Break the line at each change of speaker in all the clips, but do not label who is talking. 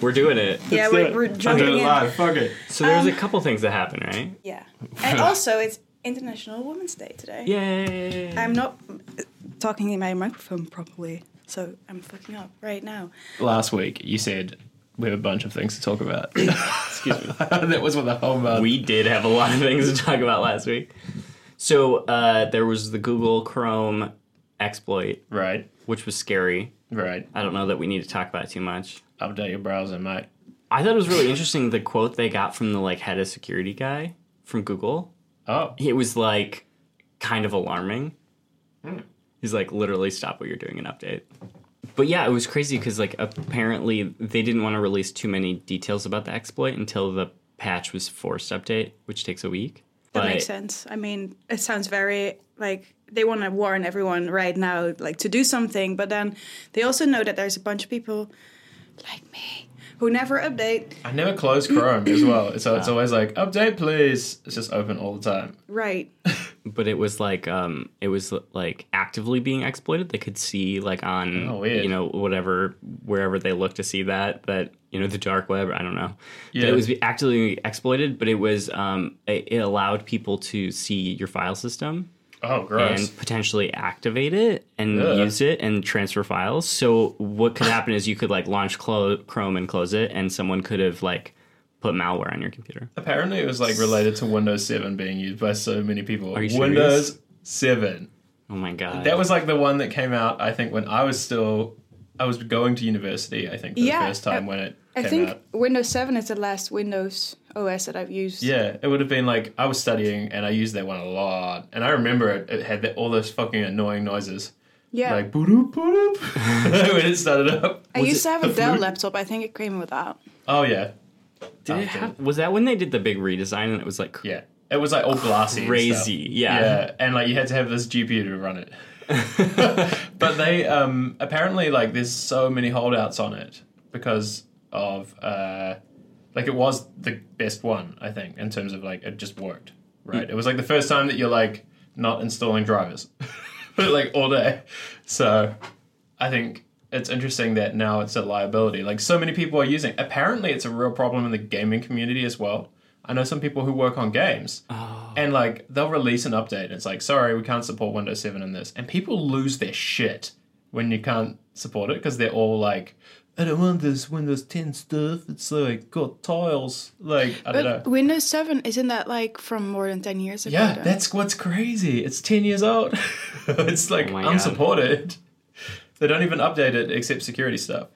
We're doing it.
yeah, we're, we're jumping in.
Fuck it.
So there's a couple things that happen, right?
Yeah, and also it's International Women's Day today.
Yay!
I'm not uh, talking in my microphone properly, so I'm fucking up right now.
Last week, you said we have a bunch of things to talk about. Excuse me. that was what the whole month.
we did have a lot of things to talk about last week. So uh, there was the Google Chrome exploit,
right,
which was scary.
right.
I don't know that we need to talk about it too much.
Update your browser, mate.
I thought it was really interesting the quote they got from the like head of security guy from Google.
Oh,
It was like kind of alarming. He's like, literally, stop what you're doing and update. But yeah, it was crazy because like apparently they didn't want to release too many details about the exploit until the patch was forced update, which takes a week.
That
But-
makes sense. I mean, it sounds very like they want to warn everyone right now, like to do something, but then they also know that there's a bunch of people like me who never update.
I never close Chrome as well, so it's always like update, please. It's just open all the time.
Right.
but it was like um it was like actively being exploited they could see like on
Oh, weird.
you know whatever wherever they look to see that that you know the dark web i don't know that
Yeah.
it was actively exploited but it was um it, it allowed people to see your file system
Oh, gross.
and potentially activate it and
Ugh.
use it and transfer files so what could happen is you could like launch clo- chrome and close it and someone could have like put malware on your computer
Apparently, it was like related to Windows Seven being used by so many people.
you
Windows Seven.
oh my god
That was like the one that came out. I think when I was still, I was going to university. I think for
Yeah,
the first time
uh,
when it
I
came
think
out.
Windows 7 is the last Windows OS that I've used.
Yeah, it would have been like I was studying and I used that one a lot, and I remember it, it had that, all those fucking annoying noises,
Yeah.
like boop boop when it started up.
I
Was
used
it
to have a
the
Dell
flute?
laptop. I think it came with that.
Oh yeah,
Did it
after.
hap- was that when they did the big redesign and it was like
yeah. It was like all glassy, and
Crazy,
stuff.
yeah.
yeah, and like you had to have this GPU to run it. but they um apparently like there's so many holdouts on it because of uh like it was the best one I think in terms of like it just worked
Mm.
right. It was like the first time that you're like not installing drivers like all day. So I think it's interesting that now it's a liability. Like so many people are using. Apparently, it's a real problem in the gaming community as well. I know some people who work on games, and like they'll release an update, and it's like, sorry, we can't support Windows Seven in this, and people lose their shit when you can't support it because they're all like. I don't want this Windows 10 stuff. It's like got tiles. Like I don't know.
But Windows 7, isn't that like from more than 10 years ago?
uh, Yeah,
uh,
then?
that's what's crazy. It's 10 years old. it's like
Oh my God.
unsupported. They don't even update it except security stuff.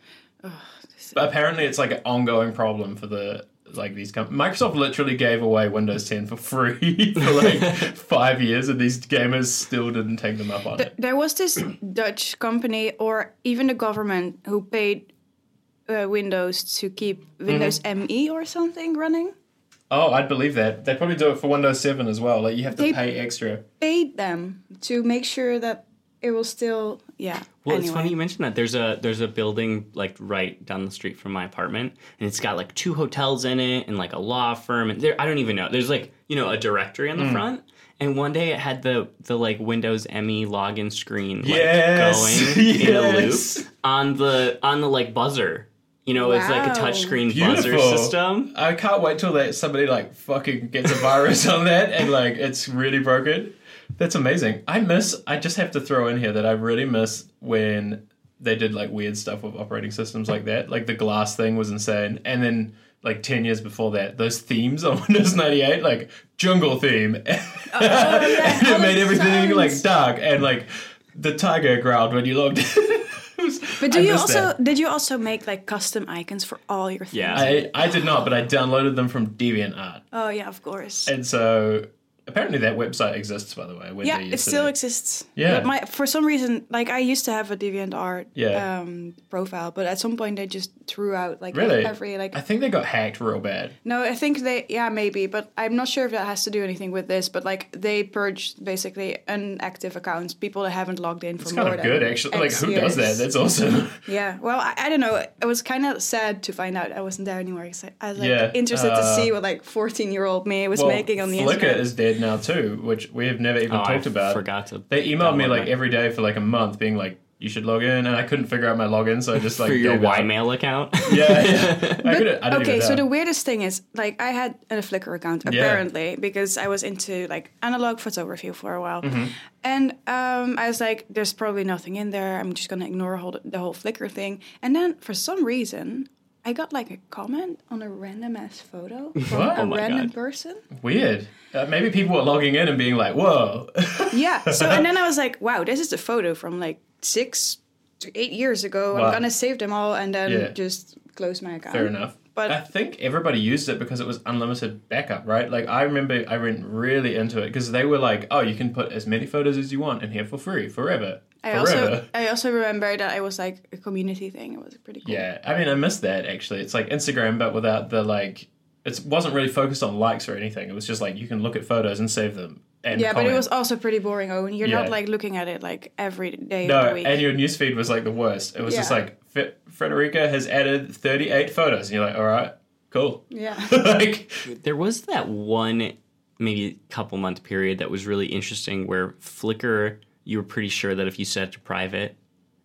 but apparently it's like an ongoing problem for the like these companies. Microsoft literally gave away Windows 10 for free for like 5 years and these gamers still didn't take them up on it.
There was this Dutch company, or even the government, who paid uh, Windows to keep Windows
Mm-hmm.
ME or something running.
Oh, I'd believe that. They probably do it for Windows 7 as well. Like you have to
They-
pay extra.
Paid them to make sure that it will still, yeah.
Well,
anyway.
it's funny you mentioned that. There's a there's a building like right down the street from my apartment, and it's got like two hotels in it, and like a law firm, and there I don't even know. There's like you know a directory on
Mm.
the front, and one day it had the the like Windows ME login screen like
Yes.
going in a
Yes.
loop on the on the like buzzer. You know, it's like a
Wow.
touchscreen buzzer
Beautiful.
system.
I can't wait till that somebody like fucking gets a virus on that and like it's really broken. That's amazing. I miss. I just have to throw in here that I really miss when they did like weird stuff with operating systems like that. Like the glass thing was insane, and then like ten years before that, those themes on Windows ninety eight, like jungle theme, and it
all
made
the
everything
sounds.
like dark and like the tiger growled when you logged. in.
But do
I
you
miss
also
that.
did you also make like custom icons for all your things?
Yeah.
I I did not, but I downloaded them from DeviantArt.
Oh yeah, of course.
And so apparently that website exists, by the way. when
yeah,
they
it
used to
still
do-
exists.
Yeah.
But my for some reason, like I used to have a DeviantArt
Yeah.
um, profile, but at some point they just threw out like
Really?
every like
I think they got hacked real bad.
No, I think they, yeah, maybe, but I'm not sure if that has to do anything with this. But like, they purged basically inactive accounts, people that haven't logged in for
It's
more
kind of
than
good, actually. Like,
X
who does that?
years.
That's awesome.
yeah. Well, I, I don't know. It was kind of sad to find out I wasn't there anymore. 'cause I, I was like
Yeah,
interested
uh,
to see what like 14 year old me was
Well,
making on the
Flickr
internet.
is dead now, too, which we have never even
Oh, I
talked about.
forgot to
They emailed me
download
like
that.
every day for like a month, being like, you should log in, and I couldn't figure out my login, so I just like
for your
gave up.
Ymail account.
Yeah, yeah. I couldn't. I didn't
okay,
even
so
know.
the weirdest thing is, like, I had a Flickr account apparently because I was into like analog photography for a while,
Mm-hmm.
and um, I was like, "There's probably nothing in there. I'm just gonna ignore whole, the whole Flickr thing." And then for some reason, I got like a comment on a random ass photo from
What?
a
Oh
my
random
God.
person.
Weird. Uh, maybe people were logging in and being like, "Whoa."
Yeah. So and then I was like, "Wow, this is a photo from like six to eight years ago.
Wow.
I'm gonna save them all and then
Yeah.
just close my account."
Fair enough.
Um, But-
I think everybody used it because it was unlimited backup, right? Like I remember I went really into it because they were like, "Oh, you can put as many photos as you want in here for free, forever,
I
forever."
also I also remember that it was like a community thing. It was pretty cool.
yeah, I mean, I miss that actually. It's like Instagram, but without the like. It wasn't really focused on likes or anything. It was just like you can look at photos and save them. And
Yeah, but it
comment.
was also pretty boring. Owen, you're
Yeah.
not like looking at it like every day of
No,
the week.
and your newsfeed was like the worst. It was just
Yeah.
like Fe- Frederica has added 38 photos, and you're like, all right, cool.
yeah,
like,
There was that one, maybe couple month period that was really interesting where Flickr, you were pretty sure that if you set it to private,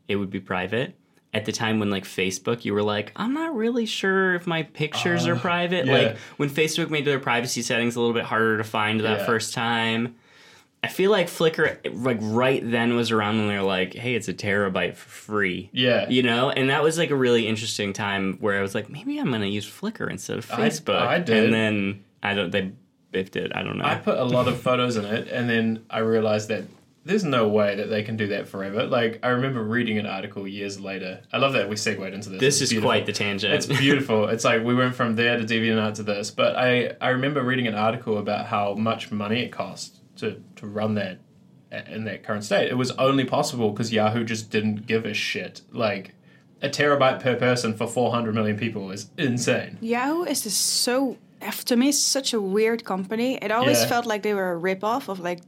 it would be private. At the time when like Facebook, you were like, I'm not really sure if my pictures are private.
Uh, yeah.
Like when Facebook made their privacy settings a little bit harder to find that
Yeah.
first time. I feel like Flickr, like right then, was around when they were like, "Hey, it's a terabyte for free."
Yeah.
you know, and that was like a really interesting time where I was like, maybe I'm gonna use Flickr instead of
I-
Facebook.
I did.
and then I don't. They biffed it. I don't know.
I put a lot of photos in it, and then I realized that there's no way that they can do that forever. Like, I remember reading an article years later. I love that we segued into this.
this
It's
is
beautiful.
quite the tangent.
It's beautiful. It's like we went from there to DeviantArt to this. But I, I remember reading an article about how much money it cost to, to run that a- in that current state. It was only possible because Yahoo just didn't give a shit. Like a terabyte per person for 400 million people is insane.
Yahoo is just so f- to me it's such a weird company. It always
Yeah.
felt like they were a ripoff of like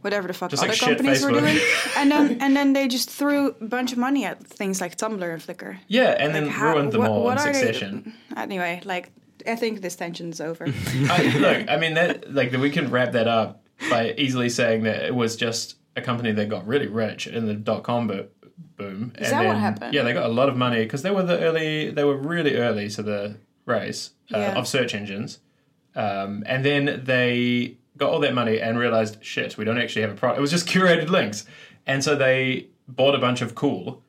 whatever the fuck
Just
other
like shit
companies were
Facebook.
doing, and then and then they just threw a bunch of money at things like Tumblr and Flickr.
Yeah, and then
Like, how-
ruined them
what-
all in
what are they-
succession.
Anyway, like I think this tension's over.
I, look, I mean that like we can wrap that up by easily saying that it was just a company that got really rich in the dot com bo- boom. Is
that
and
what
then,
happened?
Yeah, they got a lot of money because they were the early, they were really early to the race uh,
Yeah.
of search engines, um, and then they got all that money and realized shit, we don't actually have a product. It was just curated links, and so they bought a bunch of cool.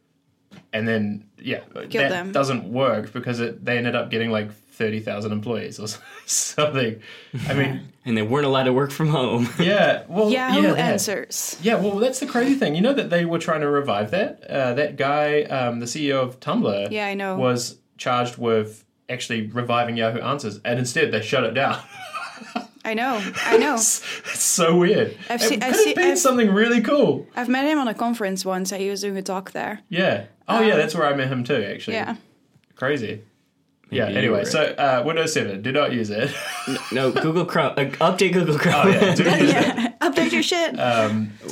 And then, yeah, that
them.
doesn't work because it, they ended up getting like thirty thousand employees or something. I mean,
and they weren't allowed to work from home.
yeah. Well,
Yahoo
yeah, that.
answers.
Yeah, well, that's the crazy thing. You know that they were trying to revive that. Uh, that guy, um, the CEO of Tumblr,
Yeah, I know.
was charged with actually reviving Yahoo Answers, and instead they shut it down.
I know, I know.
it's so weird.
I've
it
seen-
could
I've
have
seen-
been
I've-
something really cool.
I've met him on a conference once. and He was doing a talk there.
Yeah. Oh, yeah, that's where I met him too. Actually,
Um, Yeah.
crazy. Yeah.
Maybe you
Anyway,
were-
so uh, Windows Seven, do not use it.
no, Google Chrome. Uh, update Google Chrome.
oh yeah, Uh, do use it.
yeah, update your shit.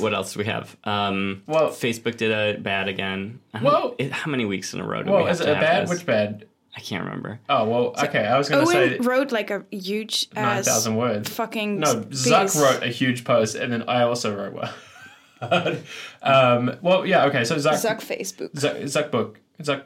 what else do we have? Um,
Well-
Facebook did a bad again. I don't-
Well-
it- how many weeks in a row? Do
Well,
we have
is it
to
a
have
bad?
this?
Which bad?
I can't remember.
Oh well, okay. I was going to
Owen
say
wrote like a huge
nine
ass
thousand words.
fucking
No,
piece.
Zuck wrote a huge post, and then I also wrote one. um, well, yeah, okay. So Zuck,
Zuck
Zuck,
Facebook.
Zuck, book, Zuck,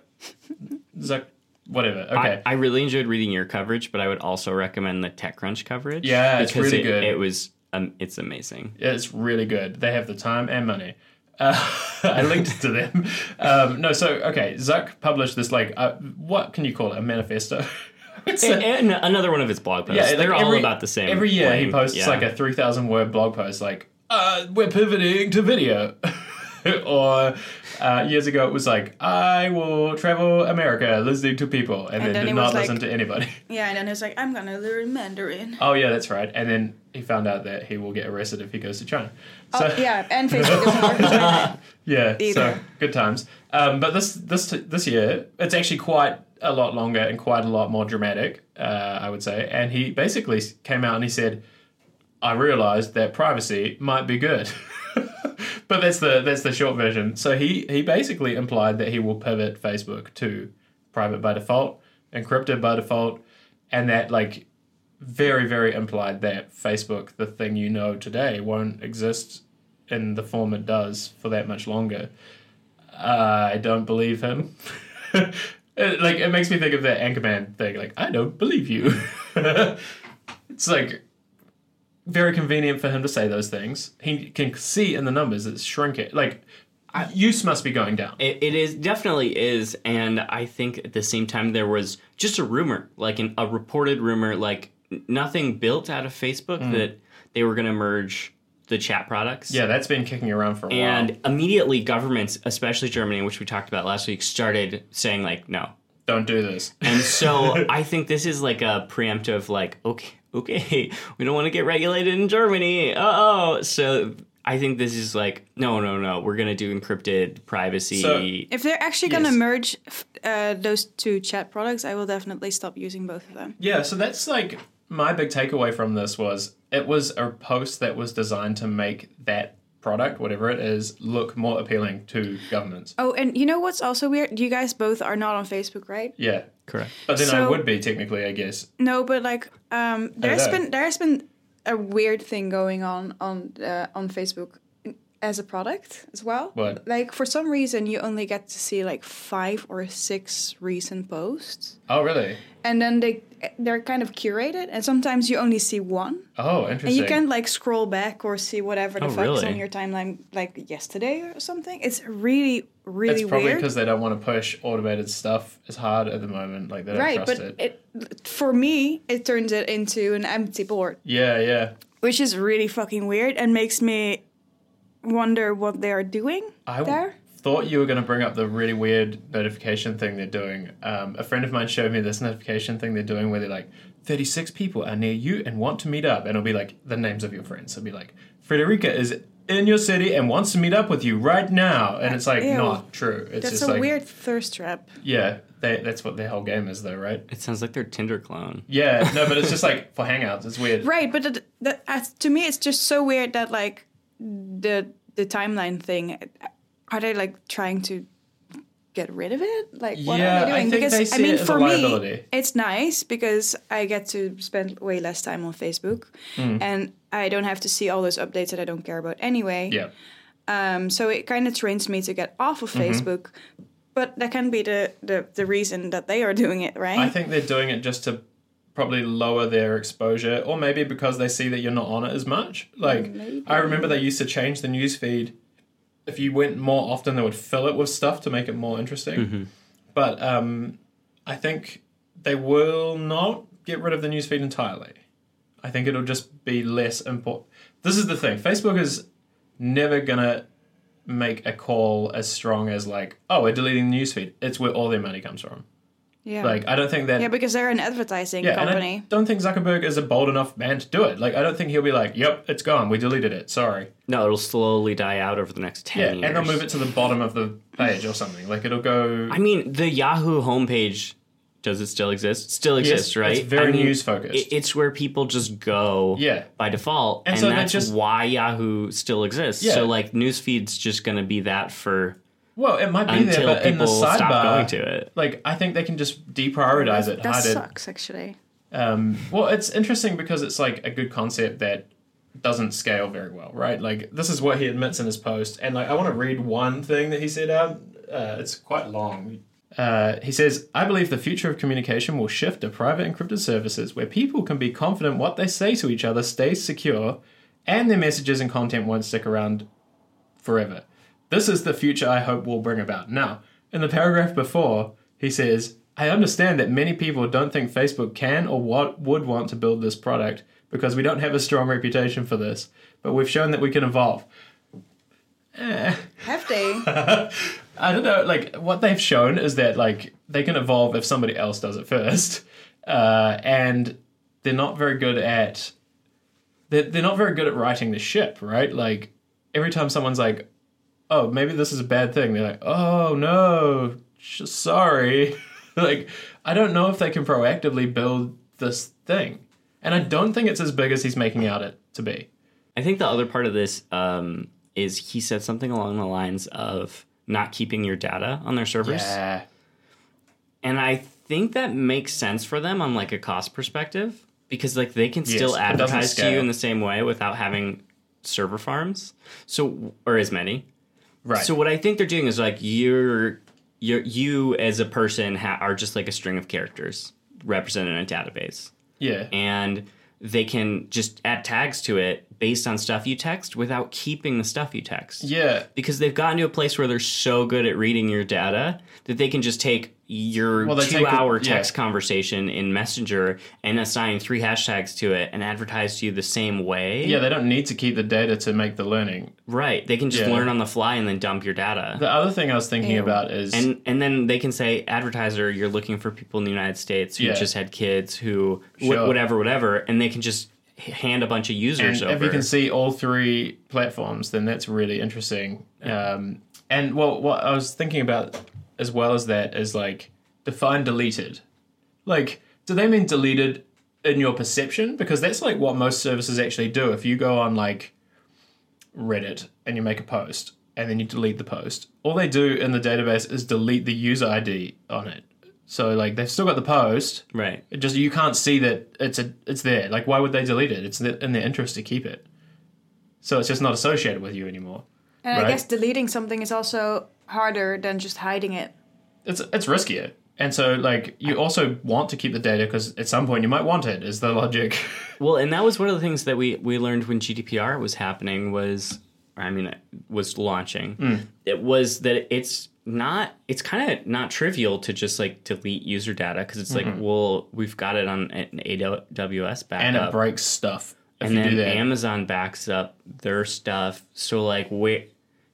Zuck, whatever. Okay,
I, I really enjoyed reading your coverage, but I would also recommend the TechCrunch coverage.
Yeah, it's
because
really
it-
good.
It was, um, it's amazing.
it's really good. They have the time and money. Uh, I linked to them. Um, no, so okay, Zuck published this like uh, what can you call it? A manifesto. It's a-
and, and another one of his blog posts.
like,
They're all
every-
about the same.
Every year he
length,
posts
yeah.
like a 3,000 word blog post like, uh, we're pivoting to video. or uh, years ago it was like, I will travel America listening to people and, then,
then
did
it
not
was like-
listen to anybody.
Yeah, and then he's like, I'm gonna learn Mandarin.
oh, yeah, that's right. And then he found out that he will get arrested if he goes to China. So,
oh, yeah, and Facebook doesn't work. as well.
yeah, so
Either.
good times. Um, but this this this year, it's actually quite a lot longer and quite a lot more dramatic, uh, I would say. And he basically s- came out and he said, "I realized that privacy might be good." but that's the that's the short version. So he he basically implied that he will pivot Facebook to private by default, encrypted by default, and that like very very implied that Facebook, the thing you know today, won't exist in the form it does for that much longer. uh, I don't believe him. It- like it makes me think of the Anchorman thing. Like I don't believe you. it's like very convenient for him to say those things. He can see in the numbers it's shrinking. Like use must be going down.
It, it is definitely is, and I think at the same time there was just a rumor, like an, a reported rumor, like n- nothing built out of Facebook that they were going to merge the chat products.
Hmm. Yeah, that's been kicking around for a
And
while.
immediately, governments, especially Germany, which we talked about last week, started saying like, "No,
Don't do this.
And so I think this is like a preemptive, like, okay, okay, we don't want to get regulated in Germany. Uh oh. So I think this is like, no, no, no, we're going to do encrypted privacy.
So-
If they're actually going to
Yes.
merge f- uh, those two chat products, I will definitely stop using both of them.
Yeah, so that's like my big takeaway from this was it was a post that was designed to make that product, whatever it is, look more appealing to governments.
Oh, and you know what's also weird? You guys both are not on Facebook, right?
Yeah.
Correct.
But then I
So-
would be technically, I guess.
No, but like um, there's
know.
been there's been a weird thing going on on uh, on Facebook as a product as well.
What?
Like for some reason, you only get to see like five or six recent posts,
Oh really?
and then they they're kind of curated, and sometimes you only see one.
Oh, interesting.
And you can like scroll back or see whatever the
Oh,
fuck is on
really?
your timeline, like yesterday or something. It's really,
it's
really
probably
weird.
because they don't want to push automated stuff as hard at the moment. Like they don't
Right,
trust
but
it.
it. for me it turns it into an empty board,
Yeah, yeah.
which is really fucking weird and makes me wonder what they are doing
I w-
there.
thought you were going to bring up the really weird notification thing they're doing. Um, a friend of mine showed me this notification thing they're doing where they're like, 36 people are near you and want to meet up. And it'll be like the names of your friends. It'll be like, Frederica is in your city and wants to meet up with you right now. And it's like,
Ew.
not true. It's
That's
just
a
like,
weird thirst trap.
yeah, they, that's what their whole game is, though, right?
It sounds like their Tinder clone.
Yeah, no, but it's just like for Hangouts. It's weird.
Right, but that, that, as, to me it's just so weird that like the the timeline thing are they like trying to get rid of it? Like what
Yeah,
are they
I
doing?
think
because
they see
I mean
it as a
for me
liability.
it's nice because I get to spend way less time on Facebook
Hmm.
and I don't have to see all those updates that I don't care about anyway.
Yeah.
Um, so it kind of trains me to get off of
Mm-hmm.
Facebook. But that can be the, the, the reason that they are doing it, right?
I think they're doing it just to probably lower their exposure, or maybe because they see that you're not on it as much. Like I remember they used to change the news feed. If you went more often, they would fill it with stuff to make it more interesting. But um, I think they will not get rid of the news feed entirely. I think it'll just be less important. This is the thing. Facebook is never gonna make a call as strong as like, oh, we're deleting the newsfeed. It's where all their money comes from.
yeah.
Like, I don't think that
yeah, because they're an advertising
yeah,
company.
And I don't think Zuckerberg is a bold enough man to do it. Like, I don't think he'll be like, "Yep, it's gone. We deleted it. Sorry."
No, it'll slowly die out over the next 10
Yeah,
years.
and they'll move it to the bottom of the page or something. Like, it'll go.
I mean, the Yahoo homepage, does it still exist? Still exists,
it's
right?
very
I mean,
news focused.
it- it's where people just go
Yeah.
by default. And,
so they
that's
just-
why Yahoo still exists.
Yeah.
So, like, newsfeed's just going to be that for
well, it might be there,
until
but in the
people stop
sidebar,
going to it.
like, I think they can just deprioritize it.
that
hide it.
sucks, actually.
Um, well, it's interesting because it's like a good concept that doesn't scale very well, right? Like this is what he admits in his post, and like I want to read one thing that he said out. Uh, it's quite long. Uh, he says, "I believe the future of communication will shift to private encrypted services where people can be confident what they say to each other stays secure, and their messages and content won't stick around forever. This is the future I hope will bring about. Now, in the paragraph before, he says, I understand that many people don't think Facebook can or what would want to build this product because we don't have a strong reputation for this, but we've shown that we can evolve. Eh,
Have they?
I don't know, like, what they've shown is that, like, they can evolve if somebody else does it first. Uh, and they're not very good at they're, they're not very good at writing the ship, right? Like every time someone's like, "Oh, maybe this is a bad thing," they're like, "Oh no, sh- sorry." like I don't know if they can proactively build this thing, and I don't think it's as big as he's making out it to be.
I think the other part of this um, is he said something along the lines of not keeping your data on their servers.
Yeah,
And I think that makes sense for them on like a cost perspective because like they can still
but it doesn't
advertise to
scale.
you in the same way without having server farms. So or as many.
Right.
So what I think they're doing is like you're you you as a person ha- are just like a string of characters represented in a database,
yeah.
and they can just add tags to it based on stuff you text without keeping the stuff you text.
yeah.
Because they've gotten to a place where they're so good at reading your data that they can just take your
Well, they take a-
two-hour
yeah.
text conversation in Messenger and assign three hashtags to it and advertise to you the same way.
Yeah, they don't need to keep the data to make the learning.
Right. They can just
Yeah.
learn on the fly and then dump your data.
The other thing I was thinking
Ew.
about is
and and then they can say advertiser you're looking for people in the united states who
Yeah.
just had kids who wh-
Sure.
whatever whatever and they can just h- hand a bunch of users
and
over
if you can see all three platforms, then that's really interesting. Um, and well, what I was thinking about as well as that is like define deleted. Like, do they mean deleted in your perception? Because that's like what most services actually do. If you go on like Reddit and you make a post and then you delete the post, all they do in the database is delete the user ID on it. So like they've still got the post,
right
it just you can't see that it's a it's there. Like why would they delete it? It's in their interest to keep it. So it's just not associated with you anymore.
And
Right.
I guess deleting something is also harder than just hiding it.
It's it's riskier. And so like you also want to keep the data cuz at some point you might want it is the logic.
well and that was one of the things that we we learned when gdpr was happening was i mean it was launching it was that it's not it's kind of not trivial to just like delete user data because it's like well we've got it on an aws backup
and it breaks stuff if
and
you do
then
that.
Amazon backs up their stuff. So like, where,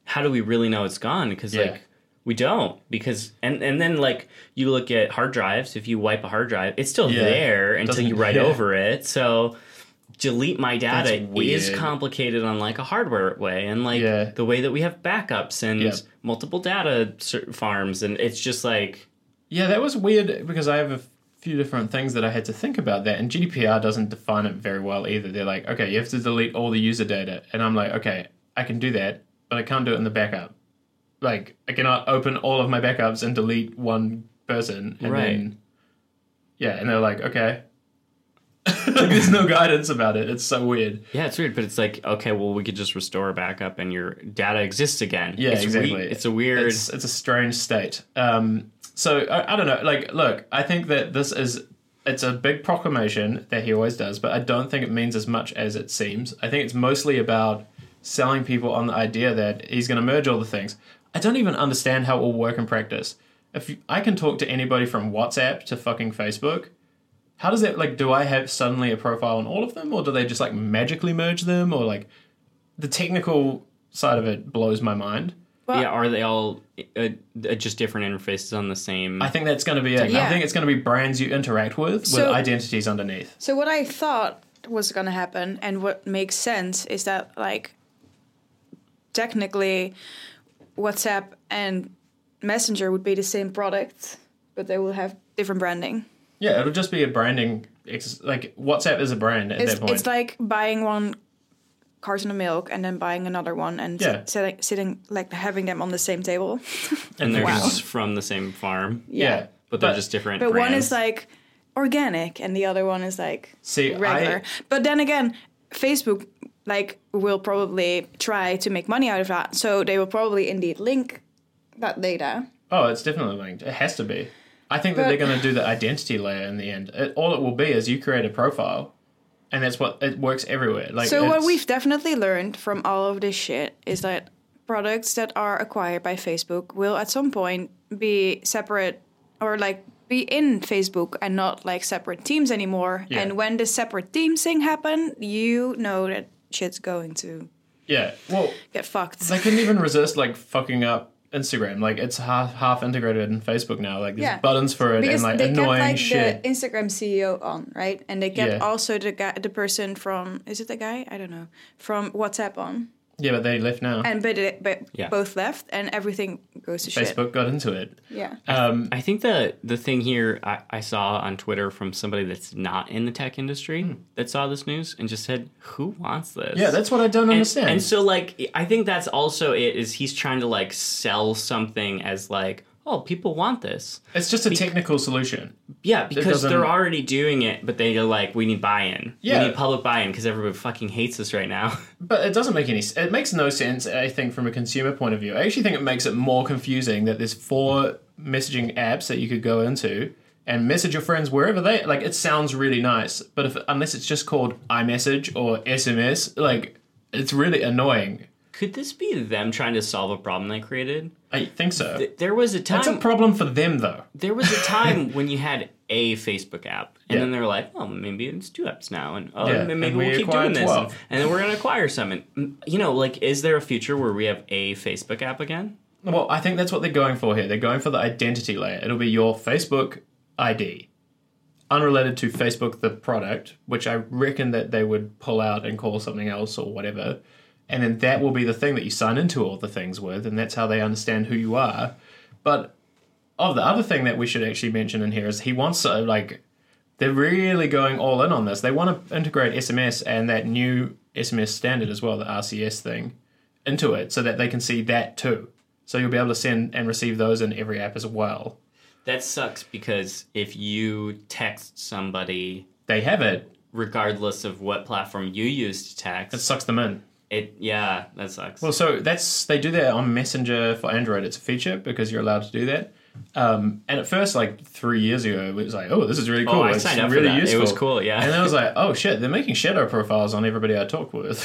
how do we really know it's gone? Because
Yeah.
like, we don't. Because and and then like, you look at hard drives. If you wipe a hard drive, it's still
Yeah.
there until
Doesn't-
you write
yeah.
over it. So delete my data
That's
is
weird.
complicated on like a hardware way and like
Yeah.
the way that we have backups and
Yeah.
multiple data ser- farms and it's just like
yeah, that was weird because I have a few different things that I had to think about that and GDPR doesn't define it very well either. They're like, "Okay, you have to delete all the user data." And I'm like, "Okay, I can do that, but I can't do it in the backup." like I cannot open all of my backups and delete one person. And
Right.
Then, yeah, and they're like, okay. Like, There's no guidance about it. It's so weird.
Yeah, it's weird, but it's like okay, well, we could just restore a backup, and your data exists again.
Yeah,
it's
exactly.
wee- it's a weird.
It's, it's a strange state. Um, so I, I don't know. Like, look, I think that this is it's a big proclamation that he always does, but I don't think it means as much as it seems. I think it's mostly about selling people on the idea that he's going to merge all the things. I don't even understand how it will work in practice. If you, I can talk to anybody from WhatsApp to fucking Facebook, how does that like? Do I have suddenly a profile on all of them, or do they just like magically merge them, or like the technical side of it blows my mind.
yeah, are they all uh, uh, just different interfaces on the same?
I think that's going to be it. I
Yeah.
think it's going to be brands you interact with with
So-
identities underneath.
So what I thought was going to happen and what makes sense is that like technically WhatsApp and Messenger would be the same product, but they will have different branding.
Yeah, it'll just be a branding. Ex- like WhatsApp is a brand at
It's,
that point.
it's like buying one carton of milk and then buying another one and
Yeah.
sit sitting, sitting like having them on the same table.
and they're
Wow.
just from the same farm,
yeah.
but they're just different.
But one
brands.
is like organic and the other one is like
See, I-
regular. but then again, Facebook like will probably try to make money out of that. So they will probably indeed link that data.
Oh, it's definitely linked. It has to be. I think that
But-
they're going to do the identity layer in the end. It, all it will be is you create a profile, and that's what it works everywhere. Like
So what
it's-
we've definitely learned from all of this shit is that products that are acquired by Facebook will at some point be separate or like be in Facebook and not like separate teams anymore.
Yeah.
And when the separate teams thing happen, you know that shit's going to
yeah. Well,
get fucked.
they couldn't even resist like fucking up Instagram. Like it's half half integrated in Facebook now. Like there's
Yeah.
buttons for it
because
and like
they kept
annoying
like
shit.
the Instagram CEO on, right? And they kept
Yeah.
also the guy, the person from is it the guy? I don't know from WhatsApp on,
yeah, but they left now.
and but, it, but
Yeah.
both left, and everything goes to shit.
Facebook got into it.
Yeah,
Uh,
Um,
I think the the thing here I, I saw on Twitter from somebody that's not in the tech industry that saw this news and just said, "Who wants this?"
Hmm. yeah, that's what I don't
and,
understand.
and so like I think that's also it is he's trying to like sell something as like oh, people want this.
It's just a technical solution.
Yeah, because
doesn't-
they're already doing it, but they're like, we need buy-in.
Yeah.
We need public buy-in because everybody fucking hates us right now.
But it doesn't make any. s- It makes no sense. I think from a consumer point of view, I actually think it makes it more confusing that there's four messaging apps that you could go into and message your friends wherever they like. It sounds really nice, but if unless it's just called iMessage or SMS, like it's really annoying.
Could this be them trying to solve a problem they created?
I think so.
Th- There was a time.
It's a problem for them though.
there was a time when you had a Facebook app, and
Yeah.
then they were like, "Oh, maybe it's two apps now, and oh,
Yeah,
then maybe
and
we'll
we
keep
acquired
doing this,
12.
and then we're gonna acquire some." And mm, you know, like, is there a future where we have a Facebook app again?
Well, I think that's what they're going for here. They're going for the identity layer. It'll be your Facebook ID, unrelated to Facebook the product, which I reckon that they would pull out and call something else or whatever. And then that will be the thing that you sign into all the things with, and that's how they understand who you are. But oh, the other thing that we should actually mention in here is he wants to like they're really going all in on this. They want to integrate SMS and that new SMS standard as well, the RCS thing, into it so that they can see that too. So you'll be able to send and receive those in every app as well.
That sucks because if you text somebody,
They have it.
regardless of what platform you use to text,
It sucks them in.
it yeah, that sucks.
Well, so that's they do that on Messenger for Android. It's a feature because you're allowed to do that. Um, and at first, like three years ago, it was like, oh, this is really cool.
oh, I
It's
signed up
really
for that.
useful.
It was cool. Yeah.
And I was like, oh shit, they're making shadow profiles on everybody I talk with.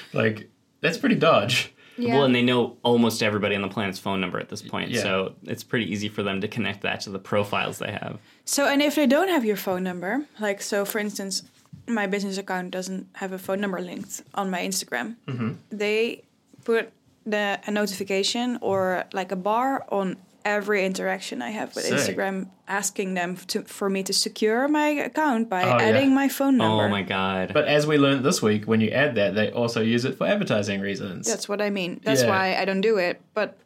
like, that's pretty dodge.
Yeah.
Well, and they know almost everybody on the planet's phone number at this point,
Yeah.
so it's pretty easy for them to connect that to the profiles they have.
So, and if they don't have your phone number, like, so for instance, my business account doesn't have a phone number linked on my Instagram,
Mm-hmm.
they put the, a notification or like a bar on every interaction I have with
Sick.
Instagram, asking them to, for me to secure my account by
Oh, yeah.
adding my phone number.
Oh my god!
But as we learned this week, when you add that, they also use it for advertising reasons.
That's what I mean. That's
Yeah.
why I don't do it. But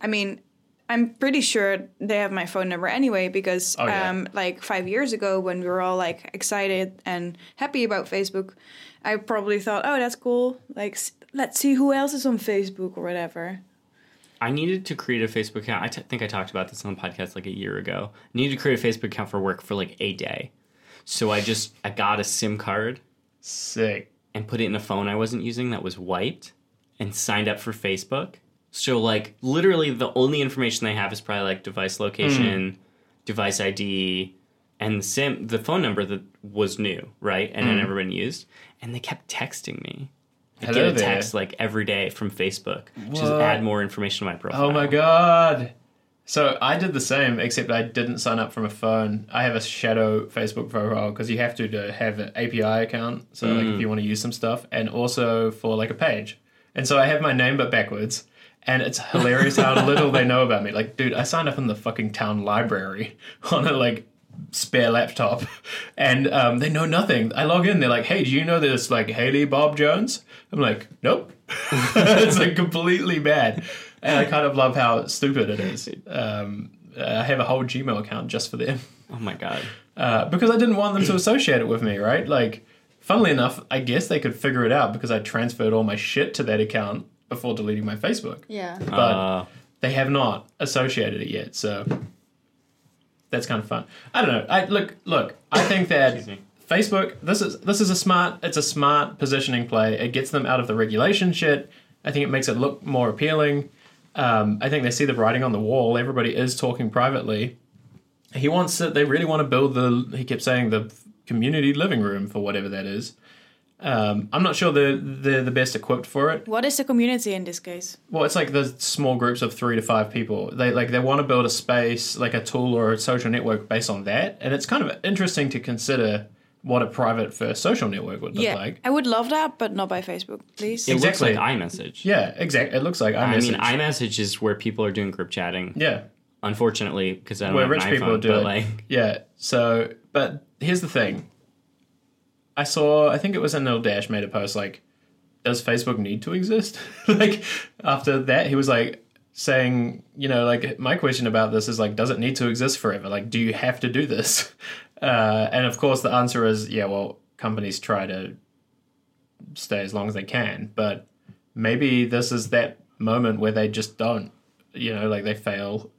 I mean, I'm pretty sure they have my phone number anyway because
Oh, yeah.
um, like five years ago when we were all like excited and happy about Facebook, I probably thought, oh, that's cool. Like, s- let's see who else is on Facebook or whatever.
I needed to create a Facebook account. I t- think I talked about this on the podcast like a year ago. I needed to create a Facebook account for work for like a day, so I just I got a SIM card
Sick.
and put it in a phone I wasn't using that was wiped, and signed up for Facebook. So like literally the only information they have is probably like device location,
Hmm.
device ID, and the SIM, the phone number that was new, right, and
Hmm.
had never been used, and they kept texting me. I
Hello
get a
there.
text like every day from Facebook to
What?
add more information to my profile.
Oh my god. So I did the same, except I didn't sign up from a phone. I have a shadow Facebook profile because you have to to have an API account. So like if you want to use some stuff, and also for like a page. And so I have my name but backwards, and it's hilarious how little they know about me. Like, dude, I signed up in the fucking town library on a like spare laptop, and um, they know nothing. I log in, they're like, "Hey, do you know this like Haley Bob Jones?" I'm like, "Nope." it's like completely bad, and I kind of love how stupid it is. Um, I have a whole Gmail account just for them
Oh my god.
uh, because I didn't want them to associate it with me, right? Like, funnily enough, I guess they could figure it out because I transferred all my shit to that account before deleting my Facebook,
Yeah.
but
Uh,
they have not associated it yet, so that's kind of fun. I don't know. I look, look. I think that
Excuse me.
Facebook. This is this is a smart. It's a smart positioning play. It gets them out of the regulation shit. I think it makes it look more appealing. Um, I think they see the writing on the wall. Everybody is talking privately. He wants that. They really want to build the. He kept saying the community living room for whatever that is. Um, I'm not sure they're, they're the best equipped for it.
What is the community in this case?
Well, it's like the small groups of three to five people. They like they want to build a space, like a tool or a social network based on that, and it's kind of interesting to consider what a private first social network would look
yeah,
like.
I would love that, but not by Facebook, please.
it
Exactly.
looks like iMessage.
Yeah, exactly. It looks like
I
iMessage.
mean, iMessage is where people are doing group chatting.
yeah,
Unfortunately, because I don't
where
have
rich
an
people
iPhone,
do
but
it.
like,
Yeah. So, but here's the thing. I saw. I think it was Anil Dash made a post like, "Does Facebook need to exist?" like after that, he was like saying, you know, like my question about this is like, does it need to exist forever? Like, do you have to do this? Uh, and of course, the answer is yeah. Well, companies try to stay as long as they can, but maybe this is that moment where they just don't. you know, like they fail.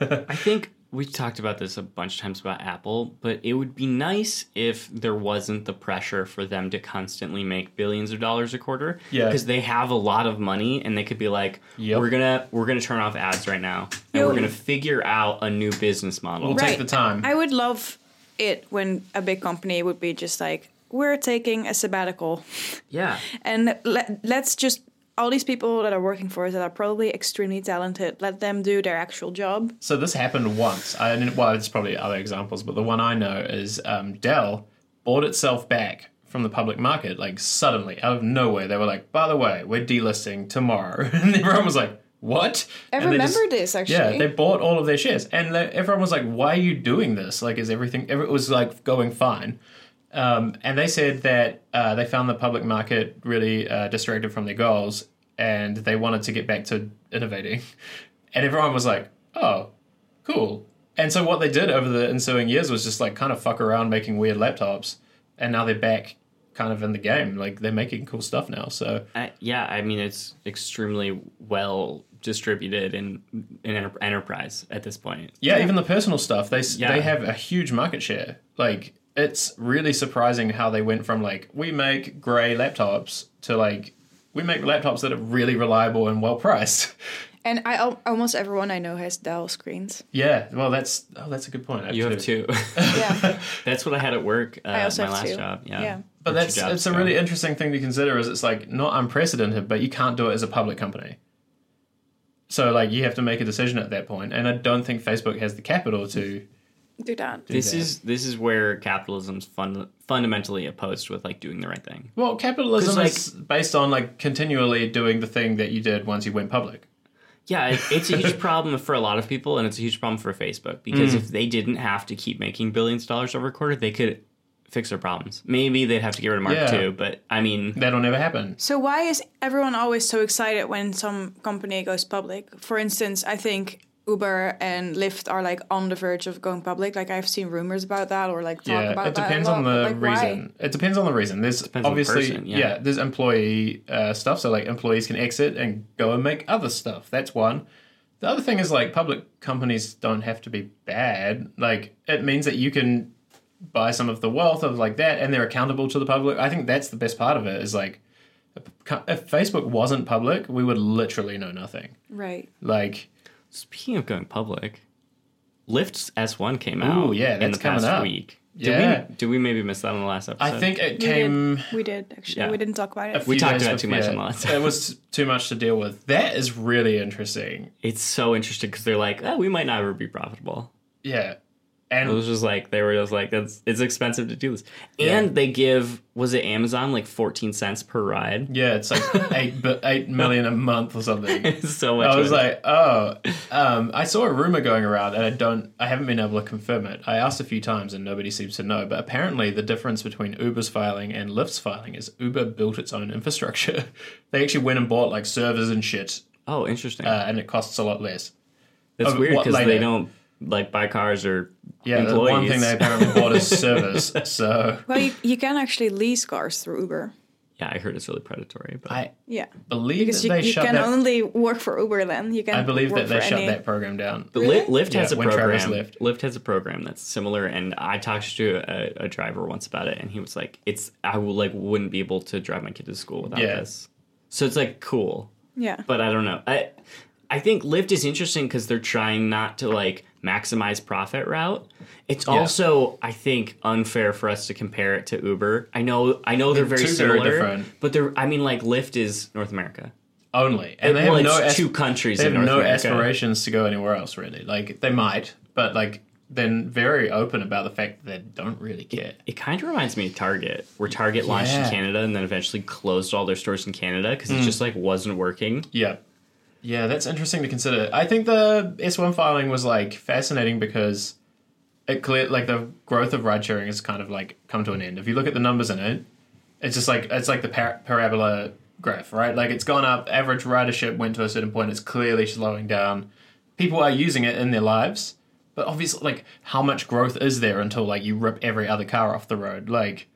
I think we've talked about this a bunch of times about Apple, but it would be nice if there wasn't the pressure for them to constantly make billions of dollars a quarter.
Yeah.
Because they have a lot of money and they could be like,
Yep.
we're gonna we're gonna turn off ads right now and
Yo.
we're gonna figure out a new business model.
We'll take the time.
I would love it when a big company would be just like, we're taking a sabbatical
Yeah.
and let, let's just all these people that are working for us that are probably extremely talented let them do their actual job
So this happened once. I didn't, well, there's probably other examples, but the one I know is um, Dell bought itself back from the public market, like suddenly out of nowhere. They were like, "By the way, we're delisting tomorrow," and everyone was like, "What?"
i
And they
remember
just-
this actually
Yeah, they bought all of their shares, and they, everyone was like, "Why are you doing this? Like, is everything?" every- It was like going fine, um, and they said that uh, they found the public market really uh, distracted from their goals, and they wanted to get back to innovating, and everyone was like, "Oh, cool." And so what they did over the ensuing years was just like kind of fuck around making weird laptops, and now they're back kind of in the game. Like they're making cool stuff now. So
I, Uh, yeah, I mean it's extremely well distributed in in enter- enterprise at this point.
Yeah, even the personal stuff. They s
Yeah.
they have a huge market share. Like it's really surprising how they went from like we make grey laptops to like we make laptops that are really reliable and well priced.
and i al- almost everyone i know has dell screens
yeah, well that's oh that's a good point. Actually.
You have two.
yeah
That's what I had at work. Uh,
I also
my
have
last
two.
job. Yeah.
Yeah.
But
What's
that's
your job,
it's a
Scott?
really interesting thing to consider. Is it's like not unprecedented, but you can't do it as a public company. So like you have to make a decision at that point, and I don't think Facebook has the capital to.
do that
this
that.
is this is where capitalism's fun, fundamentally opposed with like doing the right thing.
Well, capitalism
'Cause,
is based on like continually doing the thing that you did once you went public.
Yeah, it, it's a huge problem for a lot of people, and it's a huge problem for Facebook because if they didn't have to keep making billions of dollars every quarter, they could fix their problems. Maybe they'd have to get rid of Mark
Yeah.
too, but I mean,
That'll never happen.
So why is everyone always so excited when some company goes public? For instance, I think Uber and Lyft are like on the verge of going public. Like I've seen rumors about that or like talk about
it
that. a
depends
lot,
on
but,
the
like, why?
reason. It depends on the reason. There's
on the
obviously
person,
yeah.
yeah.
there's employee uh, stuff. So like employees can exit and go and make other stuff. That's one. The other thing is like public companies don't have to be bad. Like it means that you can buy some of the wealth of like that, and they're accountable to the public. I think that's the best part of it. Is like if Facebook wasn't public, we would literally know nothing.
Right.
Like
speaking of going public, Lyft's S1 came out
Ooh, yeah,
in
that's
the past
coming up.
week.
Yeah.
Did we, did we maybe miss that on the last episode?
I think it
We
came.
did. We did actually.
Yeah.
We didn't talk about
a
it.
We
few
talked
days
about it too
before.
much on the last
It was too much to deal with. That is really interesting.
it's so interesting because they're like, oh, we might not ever be profitable.
Yeah.
It
And
was just like they were just like that's it's expensive to do this, and they give was it Amazon like fourteen cents per ride?
yeah, it's like eight, bi- eight million a month or something.
so much.
I was
money.
like, oh, um, I saw a rumor going around, and I don't, I haven't been able to confirm it. I asked a few times, and nobody seems to know. But apparently, the difference between Uber's filing and Lyft's filing is Uber built its own infrastructure. they actually went and bought like servers and shit,
oh, interesting.
uh, and it costs a lot less.
That's
of
weird
what
because
later.
they don't like buy cars or
Yeah, the
employees.
one thing they apparently bought is servers. So
Well, you, you can actually lease cars through Uber.
yeah, I heard it's really predatory, but
I
Yeah.
believe
Because
that
you,
they
you
shut
can
that.
only work for Uber then. You can
I believe
work
that they
for
shut
any-
that program down.
But
Really?
Lyft, Lyft
Yeah,
has a
when Travis
program.
left.
Lyft. has a program that's similar, and I talked to a, a driver once about it, and he was like, "It's I will like wouldn't be able to drive my kid to school without
Yeah.
this." So it's like cool,
Yeah.
but I don't know. I I think Lyft is interesting because they're trying not to like maximize profit route. It's also I think unfair for us to compare it to Uber. I know I know they're very
two very
similar,
different.
but they're I mean like Lyft is North America.
Only, and they
well,
have
it's
no asp-
two countries.
They have
in North
no
America.
aspirations to go anywhere else, really. Like they might, but like they're very open about the fact that they don't really care.
It kind of reminds me of Target, where Target launched
Yeah.
in Canada and then eventually closed all their stores in Canada because
Mm.
it just like wasn't working.
Yeah, yeah, that's interesting to consider. I think the S one filing was like fascinating because it clear like the growth of ride sharing has kind of like come to an end. If you look at the numbers in it, it's just like it's like the par- parabola graph, right? Like it's gone up. Average ridership went to a certain point. It's clearly slowing down. People are using it in their lives, but obviously, like how much growth is there until like you rip every other car off the road? Like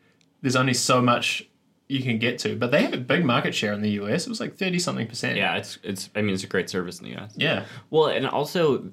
there's only so much you can get to. But they have a big market share in the US. It was like thirty something percent.
Yeah, it's it's. I mean, it's a great service in the US.
Yeah.
Well, and also,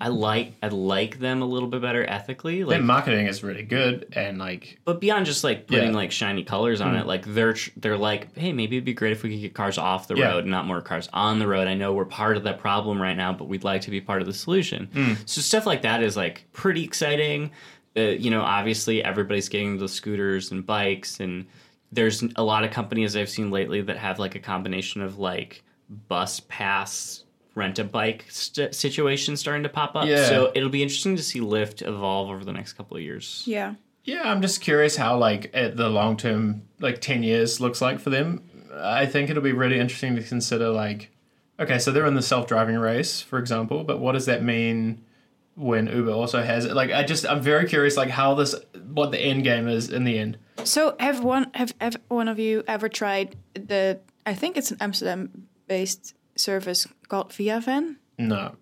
I like I like them a little bit better ethically. Like,
Their marketing is really good and like
but beyond just like putting
Yeah. Mm-hmm.
like shiny colors on it, like they're tr- they're like, hey, maybe it'd be great if we could get cars off the
Yeah.
road and not more cars on the road. I know we're part of that problem right now, but we'd like to be part of the solution.
Mm.
So stuff like that is like pretty exciting. Uh, you know, obviously everybody's getting the scooters and bikes, and there's a lot of companies I've seen lately that have like a combination of like bus pass. Rent a bike st- situation starting to pop up,
Yeah.
so it'll be interesting to see Lyft evolve over the next couple of years.
Yeah.
Yeah, I'm just curious how like at the long term, like ten years looks like for them. I think it'll be really interesting to consider like, okay, so they're in the self driving race, for example, but what does that mean when Uber also has it? Like, I just I'm very curious like how this what the end game is in the end.
So have one have, ev one of you ever tried the? I think it's an Amsterdam-based service called ViaVan.
No,